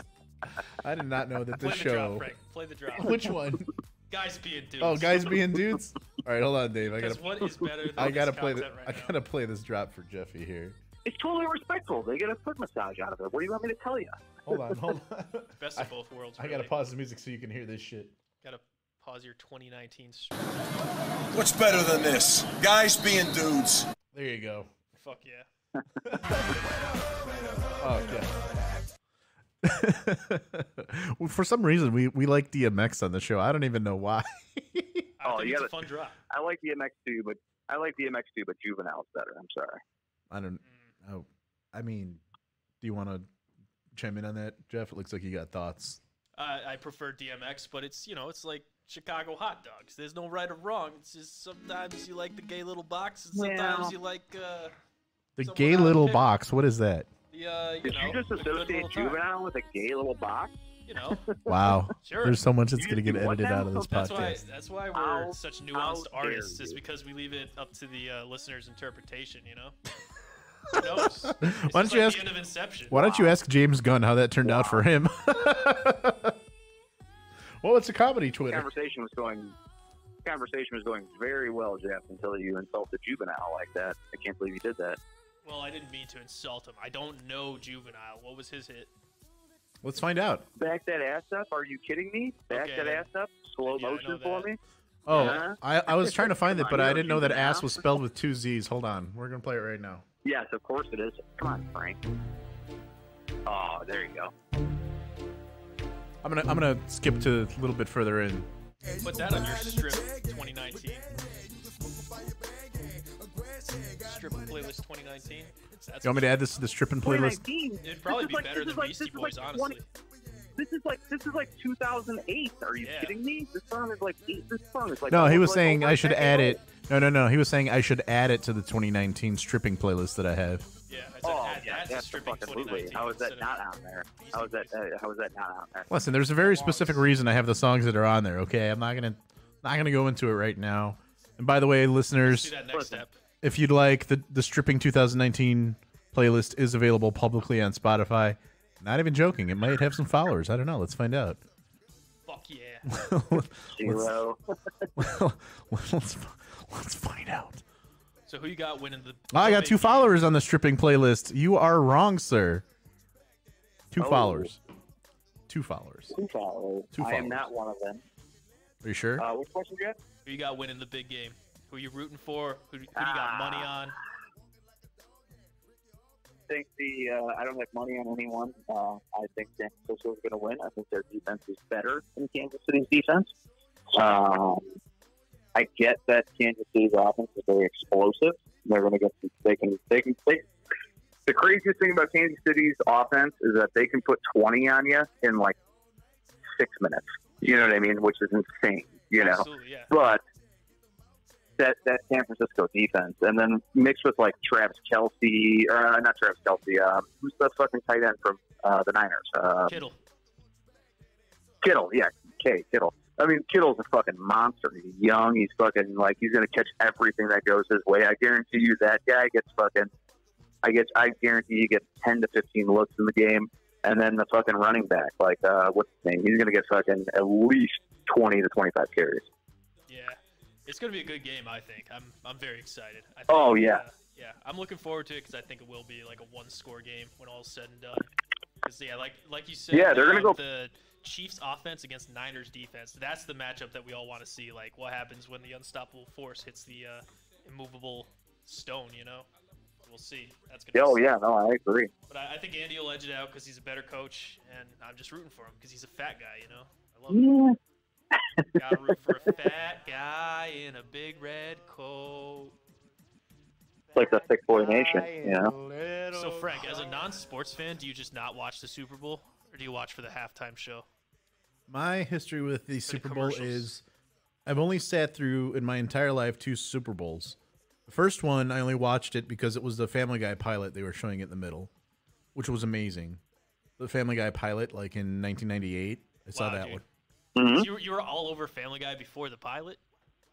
E: I did not know that
D: Play
E: the
D: the drop,
E: show.
D: Frank. Play the drop.
E: Which one?
D: Guys being dudes.
E: Oh, guys being dudes. All right, hold on, Dave. I
D: 'Cause
E: gotta.
D: what is better than
E: I
D: this
E: gotta play. The,
D: content right
E: I gotta play this drop for Jeffy here.
I: It's totally respectful. They get a foot massage out of it. What do you want me to tell you?
E: Hold on, hold on.
D: Best of both worlds.
E: I gotta
D: really.
E: pause the music so you can hear this shit.
D: Gotta pause your 2019 stream.
L: What's better than this? Guys being dudes.
E: There you go.
D: Fuck yeah.
E: Okay. well, for some reason, we, we like DMX on the show. I don't even know why.
I: oh, you
D: it's
I: gotta,
D: a fun drop.
I: I like DMX too, but I like DMX too, but Juvenile's better. I'm sorry.
E: I don't.
D: Mm.
E: Oh, I mean, do you want to chime in on that, Jeff? It looks like you got thoughts.
D: Uh, I prefer DMX, but it's you know it's like Chicago hot dogs. There's no right or wrong. It's just sometimes you like the gay little box, and sometimes
I: Well.
D: you like uh,
E: The
D: Someone
E: gay
D: out of
E: little
D: pic-
E: box. What is that?
D: the uh, you
I: Did
D: know.
I: you just
D: the good
I: associate
D: little time.
I: Juvenile with a gay little box?
D: You know,
E: Wow.
D: Sure.
E: There's so much that's
D: You
E: going to get
D: do what
E: edited
D: now?
E: out of this
D: that's Why,
E: podcast.
D: that's why we're
I: How-
D: such
I: how
D: nuanced
I: dare
D: artists, is
I: you.
D: because we leave it up to the uh, listener's interpretation. You know. Who knows? It's
E: Why
D: just
E: don't you
D: like
E: ask?
D: The end of Inception.
E: Why don't you ask James Gunn how that turned out for him? well, it's a comedy Twitter.
I: Conversation was going. Conversation was going very well, Jeff, until you insulted Juvenile like that. I can't believe you did that.
D: Well, I didn't mean to insult him. I don't know Juvenile. What was his hit?
E: Let's find out.
I: Back that ass up. Are you kidding me? Back
D: Okay,
I: that
D: then-
I: ass up. Slow
D: then, yeah, I
I: motion
D: know
I: for
D: that.
I: me.
E: Oh,
I: Yeah.
E: I, I was trying to find it,
I: Come on,
E: but
I: you
E: I
I: know
E: didn't know that
I: Juvenile.
E: ass was spelled with two Z's. Hold on. We're going to play it right now.
I: Yes, of course it is. Come on, Frank. Oh, there you go.
E: I'm gonna I'm gonna skip to a little bit further in.
D: Put that on your strip 2019. Strip playlist 2019. That's
E: You want me to add this to the stripping playlist?
I: 2019.
D: It'd probably
I: This is
D: be
I: like-
D: better
I: this is
D: than
I: like-
D: Beastie
I: this is
D: Boys,
I: like 20
D: honestly.
I: This is like this is like 2008. Are you
D: Yeah.
I: kidding me? This song is like eight, this song is like.
E: No, he
I: almost
E: was
I: like
E: saying
I: over
E: I
I: a
E: should
I: decade
E: add
I: old.
E: it No, no, no. He was saying I should add it to the 2019 stripping playlist that I have.
D: Yeah, I said,
I: oh,
D: that-
I: yeah,
D: that's a stripping
I: absolutely. How is that not on there? How is that? Uh, how is that not on there?
E: Listen, there's a very specific reason I have the songs that are on there. Okay, I'm not gonna not gonna go into it right now. And by the way, listeners, if you'd like, the the stripping 2019 playlist is available publicly on Spotify. Not even joking. It might have some followers. I don't know. Let's find out.
D: Fuck yeah.
E: Zero. Well, let's let's find out.
D: So who you got winning the?
E: I got two followers on the stripping playlist. You are wrong, sir. Two
I: Oh.
E: followers. Two followers.
I: Two followers.
E: Two
I: I am
E: followers.
I: not one of them.
E: Are you sure?
I: Uh, which question you got?
D: Who you got winning the big game? Who you rooting for? Who, who you
I: Ah,
D: got money on?
I: I think the uh, I don't have money on anyone. Uh, I think San Francisco is going to win. I think their defense is better than Kansas City's defense. Um, I get that Kansas City's offense is very explosive. They're going to get some, they can they can they, the craziest thing about Kansas City's offense is that they can put twenty on you in like six minutes. You know what I mean? Which is insane. You know,
D: Absolutely, yeah.
I: but that that San Francisco defense, and then mixed with like Travis Kelsey, or uh, not Travis Kelsey, um, who's the fucking tight end from uh, the Niners? Uh,
D: Kittle.
I: Kittle, yeah, K Kittle. I mean, Kittle's a fucking monster. He's young. He's fucking like he's gonna catch everything that goes his way. I guarantee you that guy gets fucking. I guess I guarantee you gets ten to fifteen looks in the game, and then the fucking running back, like uh, what's his name? He's gonna get fucking at least twenty to twenty five carries.
D: Yeah, it's gonna be a good game. I think. I'm I'm very excited. I think,
I: Oh, yeah.
D: uh, yeah, I'm looking forward to it because I think it will be like a one score game when all's said and done. 'Cause, yeah, like like you said,
I: Yeah, they're gonna
D: um,
I: go-
D: the Chiefs offense against Niners defense. That's the matchup that we all want to see. Like what happens when the unstoppable force hits the uh, immovable stone. You know, we'll see. That's gonna. be
I: Oh
D: sick.
I: yeah, no, I agree.
D: But I, I think Andy will edge it out because he's a better coach, and I'm just rooting for him because he's a fat guy, you know. I love him.
I: Yeah.
D: Gotta root for a fat guy in a big red coat.
I: It's like the thick boy nation, you know.
D: So Frank, as a non-sports fan, do you just not watch the Super Bowl, or do you watch for the halftime show?
E: My history with the Super Bowl is I've only sat through in my entire life two Super Bowls. The first one, I only watched it because it was the Family Guy pilot they were showing it in the middle, which was amazing. The Family Guy pilot, like in 1998, I saw that one.
I: Mm-hmm.
D: So you, were- you were all over Family Guy before the pilot.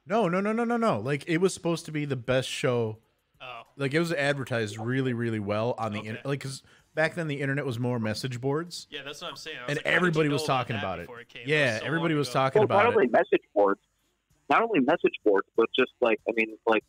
E: No, no, no, no, no, no. Like it was supposed to be the best show.
D: Oh.
E: Like it was advertised really, really well on the internet. Like because back then the internet was more message boards.
D: Yeah, that's what I'm saying. I was
E: and
D: like, how did
E: everybody
D: you
E: was
D: know
E: talking
D: that
E: about it.
D: before it came?
E: yeah,
D: so
E: everybody
D: long
E: was
D: ago.
E: talking
I: Well,
E: about
I: not
E: it.
I: only message boards, not only message boards, but just like I mean, like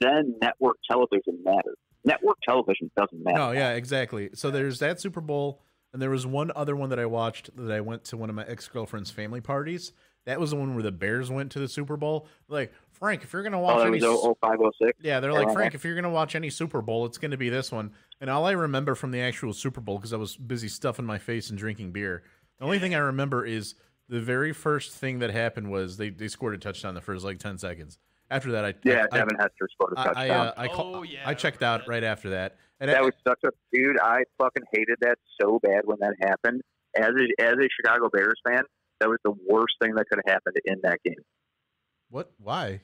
I: then network television matters. Network television doesn't matter.
E: No, yeah, exactly. So there's that Super Bowl, and there was one other one that I watched that I went to one of my ex girlfriend's family parties. That was the one where the Bears went to the Super Bowl. Like Frank, if you're gonna watch
I: oh, that
E: any,
I: was oh five oh six.
E: yeah, they're like Frank, if you're gonna watch any Super Bowl, it's gonna be this one. And all I remember from the actual Super Bowl because I was busy stuffing my face and drinking beer. The only thing I remember is the very first thing that happened was they, they scored a touchdown the first like ten seconds. After that, I
I: Yeah,
E: I,
I: Devin Hester scored a
E: I- I,
I: touchdown.
E: uh, I, call- I checked out right after that. And
I: that was such a dude. I fucking hated that so bad when that happened. As a, as a Chicago Bears fan, that was the worst thing that could have happened in that game.
E: What? Why?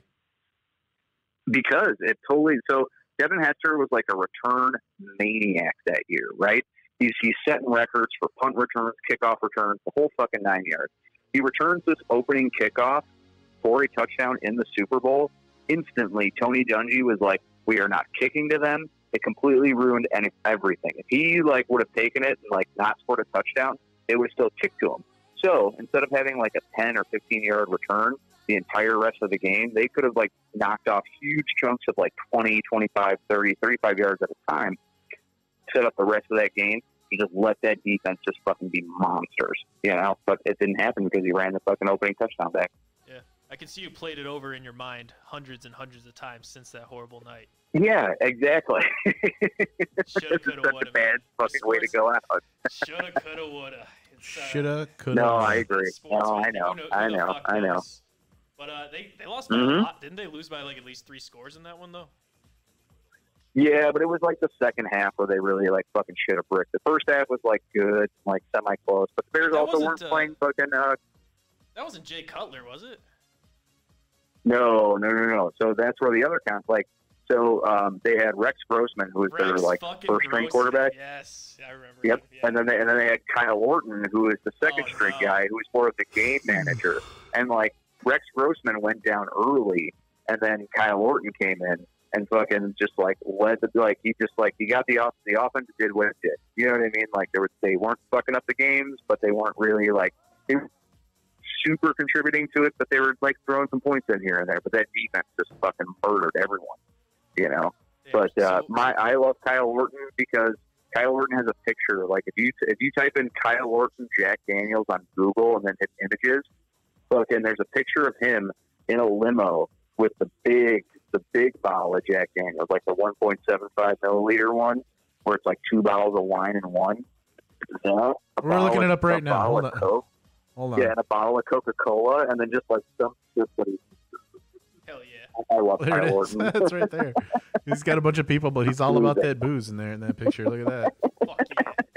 I: because it totally so Devin Hester was like a return maniac that year, right? He's he's setting records for punt returns, kickoff returns, the whole fucking nine yards. He returns this opening kickoff for a touchdown in the Super Bowl. Instantly, Tony Dungy was like, "We are not kicking to them." It completely ruined any, everything. If he like would have taken it and like not scored a touchdown, they would have still kicked to him. So instead of having like a ten or fifteen yard return, the entire rest of the game, they could have like knocked off huge chunks of like 20, 25, 30, 35 yards at a time, set up the rest of that game, and just let that defense just fucking be monsters, you know? But it didn't happen because he ran the fucking opening touchdown back.
D: Yeah, I can see you played it over in your mind hundreds and hundreds of times since that horrible night.
I: Yeah, exactly. this is
D: Shoulda, coulda,
I: such a bad fucking way to go out.
D: Shoulda, coulda, woulda. It's, uh,
E: Shoulda, coulda.
I: No, I agree.
D: sports,
I: No,
D: man.
I: I
D: Who
I: know.
D: kno- who
I: I
D: the
I: know.
D: fuck
I: I know.
D: knows? But uh, they they lost by a
I: Mhm.
D: lot, didn't they? Lose by like at least three scores in that one though.
I: Yeah, but it was like the second half where they really like fucking shit a brick. The first half was like good, like semi close, but the Bears
D: That uh,
I: also
D: wasn't,
I: weren't
D: uh,
I: playing fucking. Uh,
D: That wasn't Jay Cutler, was it?
I: No, no, no, no. So that's where the other count. Like, so um, they had Rex Grossman, who was their
D: Rex
I: like
D: fucking
I: first string
D: Grossman.
I: quarterback.
D: Yes, I remember.
I: Yep. And then they, and then they had Kyle Orton, who is the second string guy, who was more of the game manager. And like Rex Grossman went down early, and then Kyle Orton came in and fucking just like led the like he just like he got the off the offense did what it did. You know what I mean? Like there was they weren't fucking up the games, but they weren't really like they were super contributing to it. But they were like throwing some points in here and there. But that defense just fucking murdered everyone. You know. But uh, my I love Kyle Orton because Kyle Orton has a picture. Like if you if you type in Kyle Orton Jack Daniels on Google and then hit images, look and there's a picture of him in a limo with the big the big bottle of Jack Daniels, like the 1.75 milliliter one, where it's like two bottles of wine in one. You know, a
E: We're looking
I: bottle
E: it
I: of-
E: up right
I: a
E: now.
I: bottle
E: Hold
I: of
E: on.
I: Coke.
E: Hold on.
I: Yeah, and a bottle of Coca Cola, and then just like some shit that he. Hell yeah! I love
E: There
I: Kyle
E: it is.
I: Orton.
E: That's right there. He's got a bunch of people, but he's all about that booze in there in that picture. Look at that.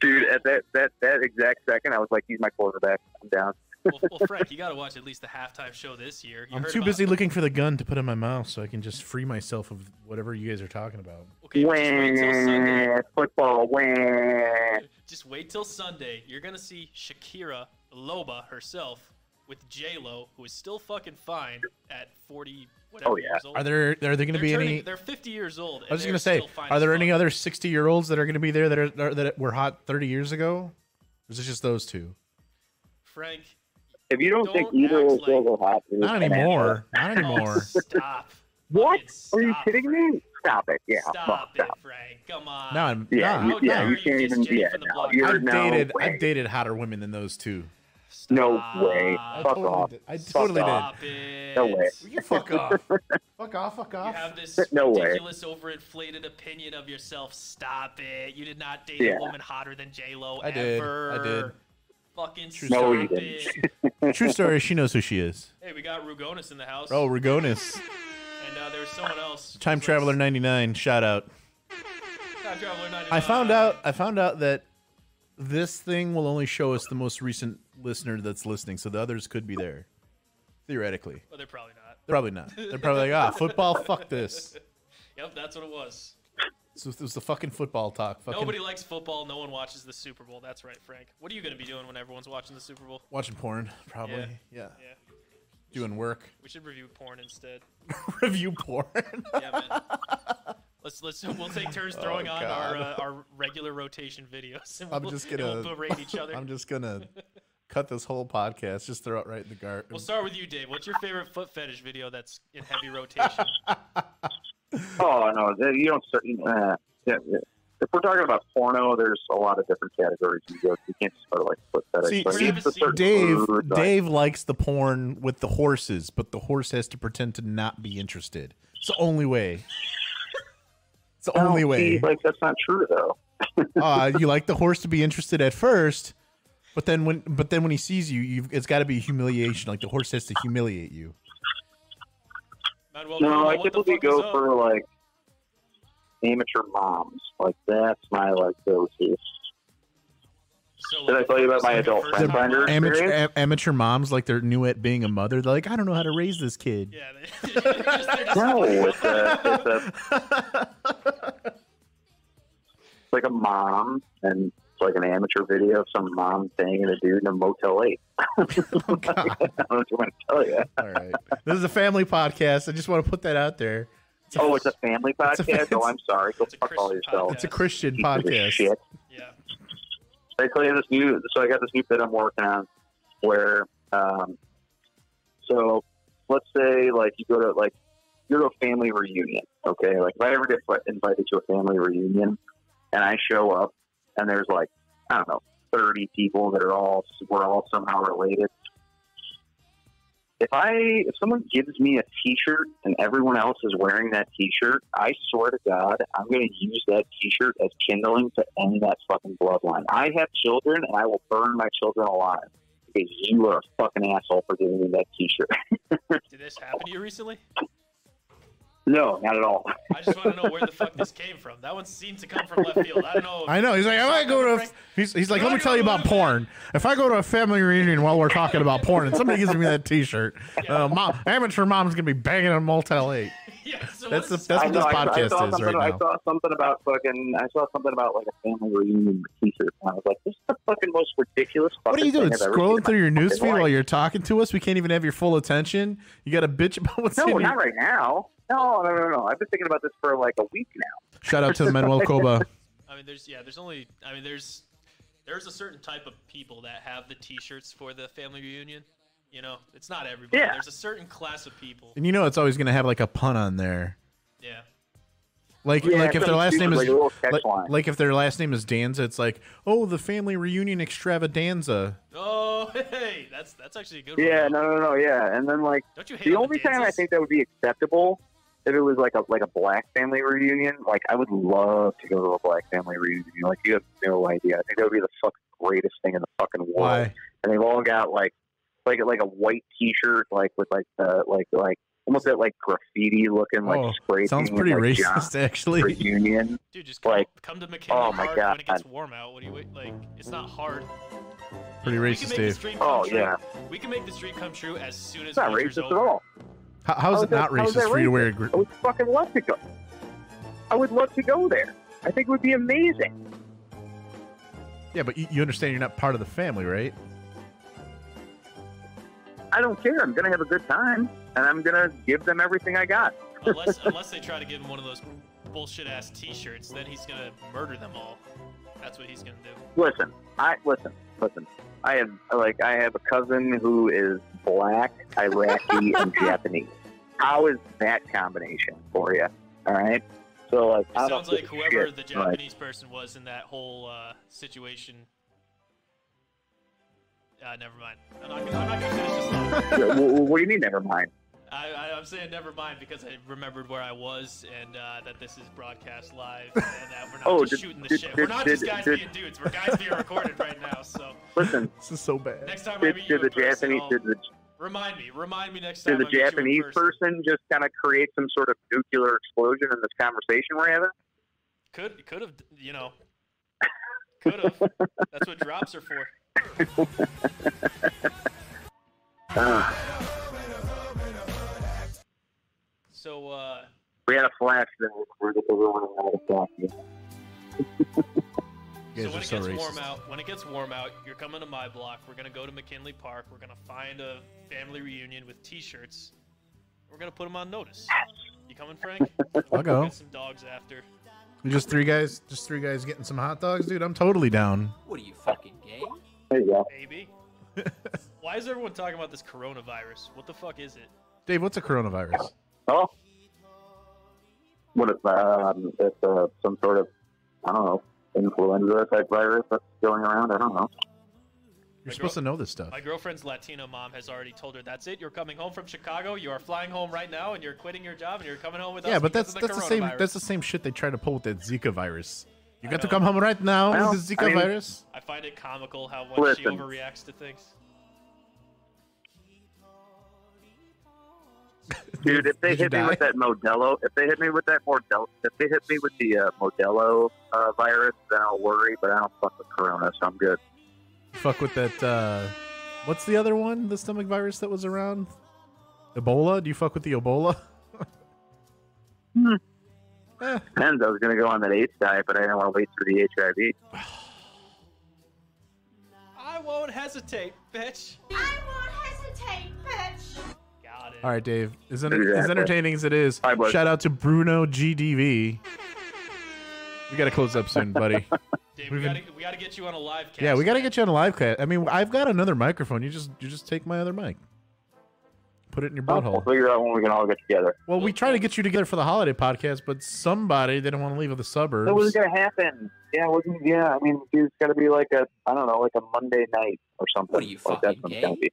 I: dude. At that that that exact second, I was like, "He's my quarterback. I'm down."
D: well, well, Frank, you got to watch at least the halftime show this year. You
E: I'm
D: heard
E: too
D: about-
E: busy looking for the gun to put in my mouth so I can just free myself of whatever you guys are talking about.
I: Wah, football, wah.
D: Just wait till Sunday. You're gonna see Shakira Loba herself with J Lo, who is still fucking fine at 40 whatever
E: Oh, yeah.
D: years old.
E: Are there- are there gonna
D: They're
E: be
D: turning-
E: any-
D: They're 50 years old.
E: I was just
D: and
E: gonna
D: they're
E: say,
D: still fine
E: are
D: as
E: there
D: fuck.
E: any other sixty year olds that are gonna be there that are that were hot thirty years ago? Or is it just those two?
D: Frank?
I: If you don't, think either of those are hot, you're
E: Not
I: an
E: anymore.
D: Oh,
I: asshole.
E: Not anymore.
D: Stop.
I: What? Are you kidding me? Stop it. Yeah.
D: Stop
I: fuck,
D: it,
I: stop.
D: Frank. Come on.
E: No, I'm
I: Yeah,
E: no,
I: you- yeah, you can't even be it now. You're
E: I've
I: no
E: dated
I: way.
E: I've dated hotter women than those two.
I: No way.
E: I
I: Fuck
E: totally
I: off.
E: did. I
I: Fuck
E: totally
I: off.
E: did.
I: No way.
E: You fuck off. fuck off. Fuck off.
D: You have this
I: No way.
D: ridiculous, overinflated opinion of yourself. Stop it. You did not date
E: Yeah.
D: a woman hotter than J Lo
E: I did.
D: ever.
E: I did.
D: Fucking
E: No,
D: stop
E: you
D: it.
E: True story. She knows who she is.
D: Hey, we got Rugonis in the house.
E: Oh, Ragonis,
D: And uh, there was someone else.
E: time traveler ninety nine. Shout out.
D: Time Traveler 99.
E: I found out. I found out that this thing will only show us the most recent listener that's listening, so the others could be there, theoretically.
D: Well, Oh, they're probably not.
E: Probably not. They're probably like, ah, football. Fuck this.
D: Yep, that's what it was.
E: So it was the fucking football talk. Fucking
D: Nobody likes football. No one watches the Super Bowl. That's right, Frank. What are you going to be doing when everyone's watching the Super Bowl?
E: watching porn, probably. Yeah.
D: Yeah. Yeah.
E: Doing work.
D: We should review porn instead.
E: Review porn.
D: yeah, man. Let's let's we'll take turns
E: Oh,
D: throwing on our uh,
E: God.
D: our regular rotation videos. And
E: I'm
D: we'll,
E: just
D: and
E: gonna.
D: we'll berate each other.
E: I'm just gonna cut this whole podcast. Just throw it right in the garbage.
D: We'll start with you, Dave. What's your favorite foot fetish video that's in heavy rotation?
I: Oh no, that- you don't. start- Uh, yeah, yeah. If we're talking about porno, there's a lot of different categories you go. to. You can't just start like foot fetish.
E: See,
I: Like,
E: see,
I: it's a certain
E: Dave,
I: food, like-
E: Dave likes the porn with the horses, but the horse has to pretend to not be interested. It's the only way. It's the
I: No,
E: only way.
I: see, Like that's not true though.
E: Uh, you like the horse to be interested at first, but then when but then when he sees you, you've, it's got to be humiliation. Like the horse has to humiliate you.
I: no, I typically go for like amateur moms. Like that's my like go-to. Did I tell you about my adult friend finder
E: Amateur,
I: experience?
E: a- amateur moms like they're new at being a mother. They're like, I don't know how to raise this kid.
I: No, it's a, it's a it's like a mom and it's like an amateur video of some mom banging a dude in a Motel 8.
E: Oh,
I: I don't know what you want to tell you.
E: All right. This is a family podcast. I just want to put that out there.
I: Oh, it's a family
E: It's a
I: podcast?
E: fam-
I: oh, I'm sorry. Go fuck all yourself.
E: It's a Christian
I: Piece of
E: podcast.
I: shit. I tell you this new. So I got this new bit I'm working on, where um, so let's say like you go to like you go to a family reunion, okay? Like if I ever get fi- invited to a family reunion, and I show up, and there's like I don't know, thirty people that are all we're all somehow related. If I if someone gives me a T-shirt and everyone else is wearing that T-shirt, I swear to God, I'm going to use that T-shirt as kindling to end that fucking bloodline. I have children, and I will burn my children alive because you are a fucking asshole for giving me that T-shirt.
D: Did this happen to you recently?
I: no, not at all.
D: I just want to know where the fuck this came from. That one seemed to come from left field. I don't know.
E: I know. He's like, I might go to. a f- He's, he's like, let me tell you about porn. If I go to a family reunion while we're talking about porn, and somebody gives me that T-shirt, uh, mom, amateur mom's gonna be banging on Motel Eight. that's the, that's
I: I
E: what
I: know,
E: this
I: I- I saw
E: podcast is
I: something-
E: right
I: I
E: now.
I: saw something about fucking. I saw something about like a family reunion with T-shirts, and I was like, "This is the fucking most ridiculous."
E: What are you
I: fucking
E: doing?
I: thing I've ever seen in
E: Scrolling
I: my
E: through your
I: fucking
E: newsfeed
I: life."
E: while you're talking to us? We can't even have your full attention. You got to bitch about what's
I: No,
E: in
I: not
E: your-
I: right now. No, no, no, no. I've been thinking about this for like a week now.
E: Shout out to the Manuel Coba.
D: I mean, there's yeah, there's only I mean, there's there's a certain type of people that have the T-shirts for the family reunion. You know, it's not everybody.
I: Yeah.
D: There's a certain class of people.
E: And you know it's always gonna have like a pun on there.
D: Yeah.
E: Like
D: Yeah,
E: like if their
D: something
E: last
D: stupid,
E: name is
D: like a little catch
E: like,
D: line.
E: like if their last name is Danza, it's like oh the family reunion extravaganza.
D: Oh, hey, that's that's actually a good one.
I: Yeah, no, no, no. Yeah, and then like
D: Don't you hate
I: the
D: on the
I: only time I think that would be acceptable if it was like a like a black family reunion. Like I would love to go to a black family reunion. Like you have no idea. I think that would be the fucking greatest thing in the fucking world.
E: Why?
I: And they've all got like like like a white T-shirt, like with like uh, like like almost that like graffiti looking like
E: Oh,
I: scraping.
E: sounds
I: and,
E: pretty
I: like,
E: racist,
I: John
E: actually.
I: Reunion.
D: Dude, just
I: like
D: come to McKinley
I: Oh my
D: Park
I: god.
D: when it gets warm out. What do you wait? Like, it's not hard.
E: Pretty
D: We can
E: racist,
D: make this
E: Dave.
D: dream come
I: Oh
D: true.
I: yeah.
D: We can make this dream come true as soon as
I: It's not
D: winter's
I: racist at
D: over.
I: all.
E: How, how is it not
I: How is that
E: racist for you to wear a
I: racist?
E: gr-
I: I would fucking love to go. I would love to go there. I think it would be amazing.
E: Yeah, but you, you understand you're not part of the family, right?
I: I don't care. I'm gonna have a good time, and I'm gonna give them everything I got.
D: unless unless they try to give him one of those bullshit ass T-shirts, then he's gonna murder them all. That's what he's gonna do.
I: Listen, I listen, listen. I have like I have a cousin who is black, Iraqi, and Japanese. How is that combination for you? All right. So like,
D: It
I: I don't
D: sounds like
I: give a
D: whoever
I: shit,
D: the
I: like-
D: Japanese person was in that whole uh, situation. Uh, never mind. I'm not gonna, I'm not gonna finish this line.
I: Yeah, wh- wh- what do you mean? Never mind.
D: I, I, I'm saying never mind because I remembered where I was and uh, that this is broadcast live and that we're not
I: Oh,
D: just
I: did-
D: shooting the
I: did-
D: shit.
I: did-
D: we're not just
I: did-
D: guys
I: did-
D: being dudes. We're guys being recorded right now. So
I: Listen.
E: This is so bad.
D: next time I
I: Did,
D: meet you
I: did
D: in
I: the
D: person,
I: Japanese?
D: I'll-
I: Did the
D: remind me. Remind me next time.
I: Did the
D: I meet you in
I: Japanese
D: person.
I: person just kind of create some sort of nuclear explosion in this conversation we're having?
D: Could could have you know. Could have. That's what drops are for.
I: Uh,
D: So uh,
I: we had a flash that recorded everyone out of document.
E: You
D: so
E: guys
D: when
E: are
D: it
E: so
D: gets
E: racist.
D: warm out, when it gets warm out, you're coming to my block. We're gonna go to McKinley Park. We're gonna find a family reunion with T-shirts. We're gonna put them on notice. You coming, Frank? We'll
E: go.
D: Get some dogs after.
E: You Just three guys, just three guys getting some hot dogs, dude. I'm totally down.
D: What are you fucking gay?
I: There you go.
D: Maybe. Why is everyone talking about this coronavirus? What the fuck is it?
E: Dave, what's a coronavirus?
I: Oh, what if um, it's uh, some sort of I don't know influenza type virus that's going around? I don't know.
E: You're supposed to know this stuff.
D: My girlfriend's Latino mom has already told her that's it. You're coming home from Chicago. You are flying home right now, and you're quitting your job, and you're coming home with us.
E: Yeah, but that's
D: because of
E: that's the same
D: coronavirus."
E: that's the same shit they try to pull with that Zika virus. You
D: I
E: got to
D: know.
E: come home right now
D: Well,
E: with the Zika
D: I mean-
E: virus.
D: I find it comical how much she
E: Listen.
D: overreacts to things.
I: Dude, if they
E: Did you
I: hit me
E: die?
I: with that Modelo, if they hit me with that Modelo, if they hit me with the uh, Modelo uh, virus, then I'll worry. But I don't fuck with Corona, so I'm good.
E: Fuck with that. uh What's the other one? The stomach virus that was around. Ebola? Do you fuck with the Ebola?
K: Hmm.
E: Eh.
I: Depends. I was going to go on that AIDS diet, but I didn't want to wait for the HIV.
D: I won't hesitate, bitch.
M: I won't hesitate, bitch.
D: Got it.
E: All right, Dave. As, enter- as
K: Exactly.
E: entertaining as it is,
K: Hi, bud.
E: shout out to Bruno GDV. We gotta close up soon, buddy. We've
D: Dave, we
E: been-
D: gotta, we gotta get you on a live cast.
E: yeah, we gotta get you on a live cat. I mean, I've got another microphone. You just you just take my other mic, put it in your butthole.
K: Oh,
I: We'll figure out when we can all get together.
E: Well, we try to get you together for the holiday podcast, but somebody didn't want to leave of the suburbs.
I: That wasn't going to happen. Yeah, it wasn't, yeah. I mean, it's going to be like a, I don't know, like a Monday night or something. What are you like, that's when it's gonna be.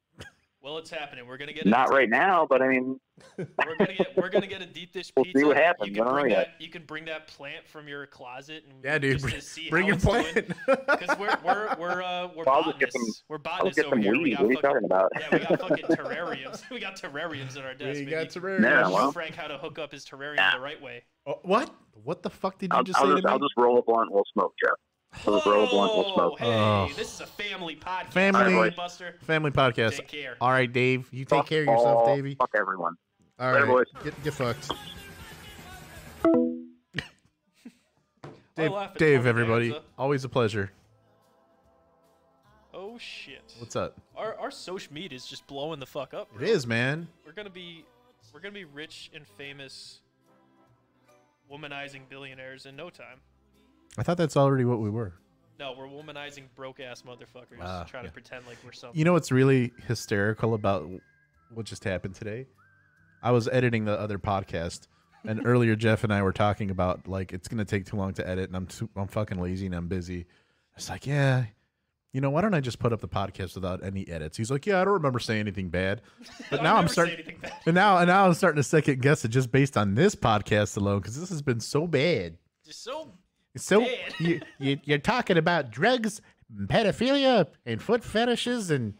D: Well, it's happening. We're gonna get a-
N: Not right now, but I mean,
D: We're gonna get we're gonna get a deep dish
N: We'll see
D: pizza.
N: what happens. Oh,
D: You
N: I don't
D: can
N: know
D: bring
N: yet.
D: that you can bring that plant from your closet and
E: Yeah, dude,
D: just
E: bring-
D: to see
E: bring
D: how
E: your
D: it's doing. 'Cause we're we're we're uh, we're
N: I'll just get
D: botanists.
N: some.
D: we're
N: I'll just
D: botanists
N: get
D: over
N: some
D: here. We
N: weed.
D: got
N: What are you talking about?
D: Yeah, we got fucking terrariums. we got terrariums at our desk.
E: We
D: baby.
E: got terrariums.
N: Yeah,
D: Show
N: well.
D: Frank how to hook up his terrarium the right way.
E: Oh, what? What the fuck did you
N: I'll,
E: just
N: I'll
E: say
N: just,
E: to me?
N: I'll just roll a blunt. We'll smoke, Jeff. I'll just roll a blunt. We'll smoke.
D: Hey,
E: Oh.
D: this is a family podcast.
E: Family,
D: Alright, Buster.
E: family podcast.
D: Take care.
E: All right, Dave. You take care of yourself,
N: all-
E: Davey.
N: Fuck everyone.
E: All
N: Later,
E: right,
N: boys.
E: Get, get fucked.
D: Why
E: Dave,
D: laugh at
E: Dave
D: Tony
E: everybody.
D: Danza?
E: Always a pleasure.
D: Oh shit.
E: What's up?
D: Our our social media is just blowing the fuck up.
E: It is, man.
D: We're gonna be we're gonna be rich and famous womanizing billionaires in no time.
E: I thought that's already what we were.
D: No, we're womanizing broke ass motherfuckers
E: Ah,
D: trying
E: yeah.
D: to pretend like we're something.
E: You know what's really hysterical about what just happened today? I was editing the other podcast, and earlier Jeff and I were talking about like it's gonna take too long to edit, and I'm too, I'm fucking lazy and I'm busy. It's like, yeah, you know, why don't I just put up the podcast without any edits? He's like, yeah, I don't remember saying anything bad, but
D: I
E: now I'm
D: never say
E: starting,
D: anything bad.
E: and now and now I'm starting to second guess it just based on this podcast alone because this has been so bad.
D: Just so
E: So
D: Bad.
E: you, you you're talking about drugs, pedophilia, and foot fetishes, and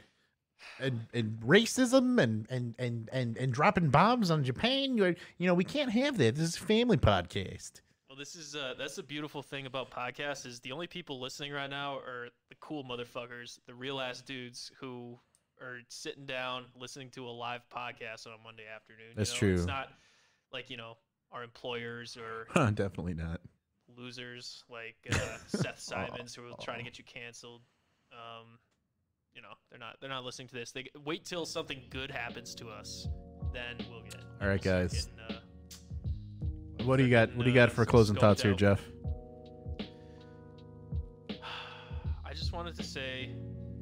E: and, and racism, and, and and and and dropping bombs on Japan. You you know we can't have that. This is a family podcast.
D: well this is uh that's the beautiful thing about podcasts is the only people listening right now are the cool motherfuckers, the real ass dudes who are sitting down listening to a live podcast on a Monday afternoon. you
E: That's
D: know?
E: true.
D: It's not like, you know, our employers or
E: Definitely not.
D: losers like uh, Seth Simons who will try to get you canceled. Um, you know, they're not they're not listening to this. They wait till something good happens to us, then we'll get.
E: All right, guys.
D: Getting, uh,
E: What do you got? What do you got for closing thoughts here, Jeff?
D: I just wanted to say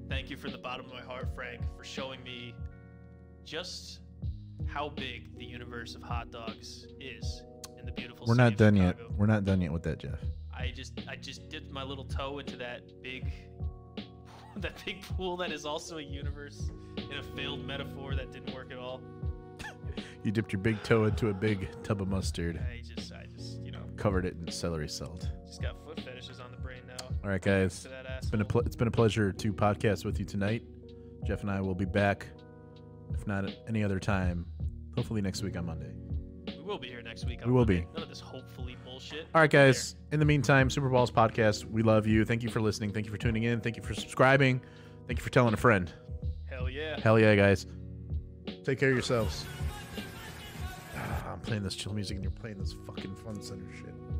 D: thank you from the bottom of my heart, Frank, for showing me just how big the universe of hot dogs is in the beautiful.
E: We're
D: city
E: not
D: of
E: done
D: Chicago.
E: yet. We're not done yet with that, Jeff.
D: I just I just dipped my little toe into that big that big pool that is also a universe in a failed metaphor that didn't work at all.
E: You dipped your big toe into a big tub of mustard,
D: I just I just you know
E: covered it in celery salt.
D: just got foot fetishes on the brain now.
E: All right, guys.
D: To that
E: It's been a pl-
D: asshole.
E: it's been a pleasure to podcast with you tonight. Jeff and I will be back, if not at any other time, hopefully next week on Monday.
D: We will be here next week. on
E: We will
D: Monday.
E: be.
D: None of this hopefully bullshit.
E: All right, guys. In the meantime, Super Balls podcast. We love you. Thank you for listening. Thank you for tuning in. Thank you for subscribing. Thank you for telling a friend.
D: Hell yeah.
E: Hell yeah, guys. Take care of yourselves. Ah, I'm playing this chill music and you're playing this fucking fun center shit.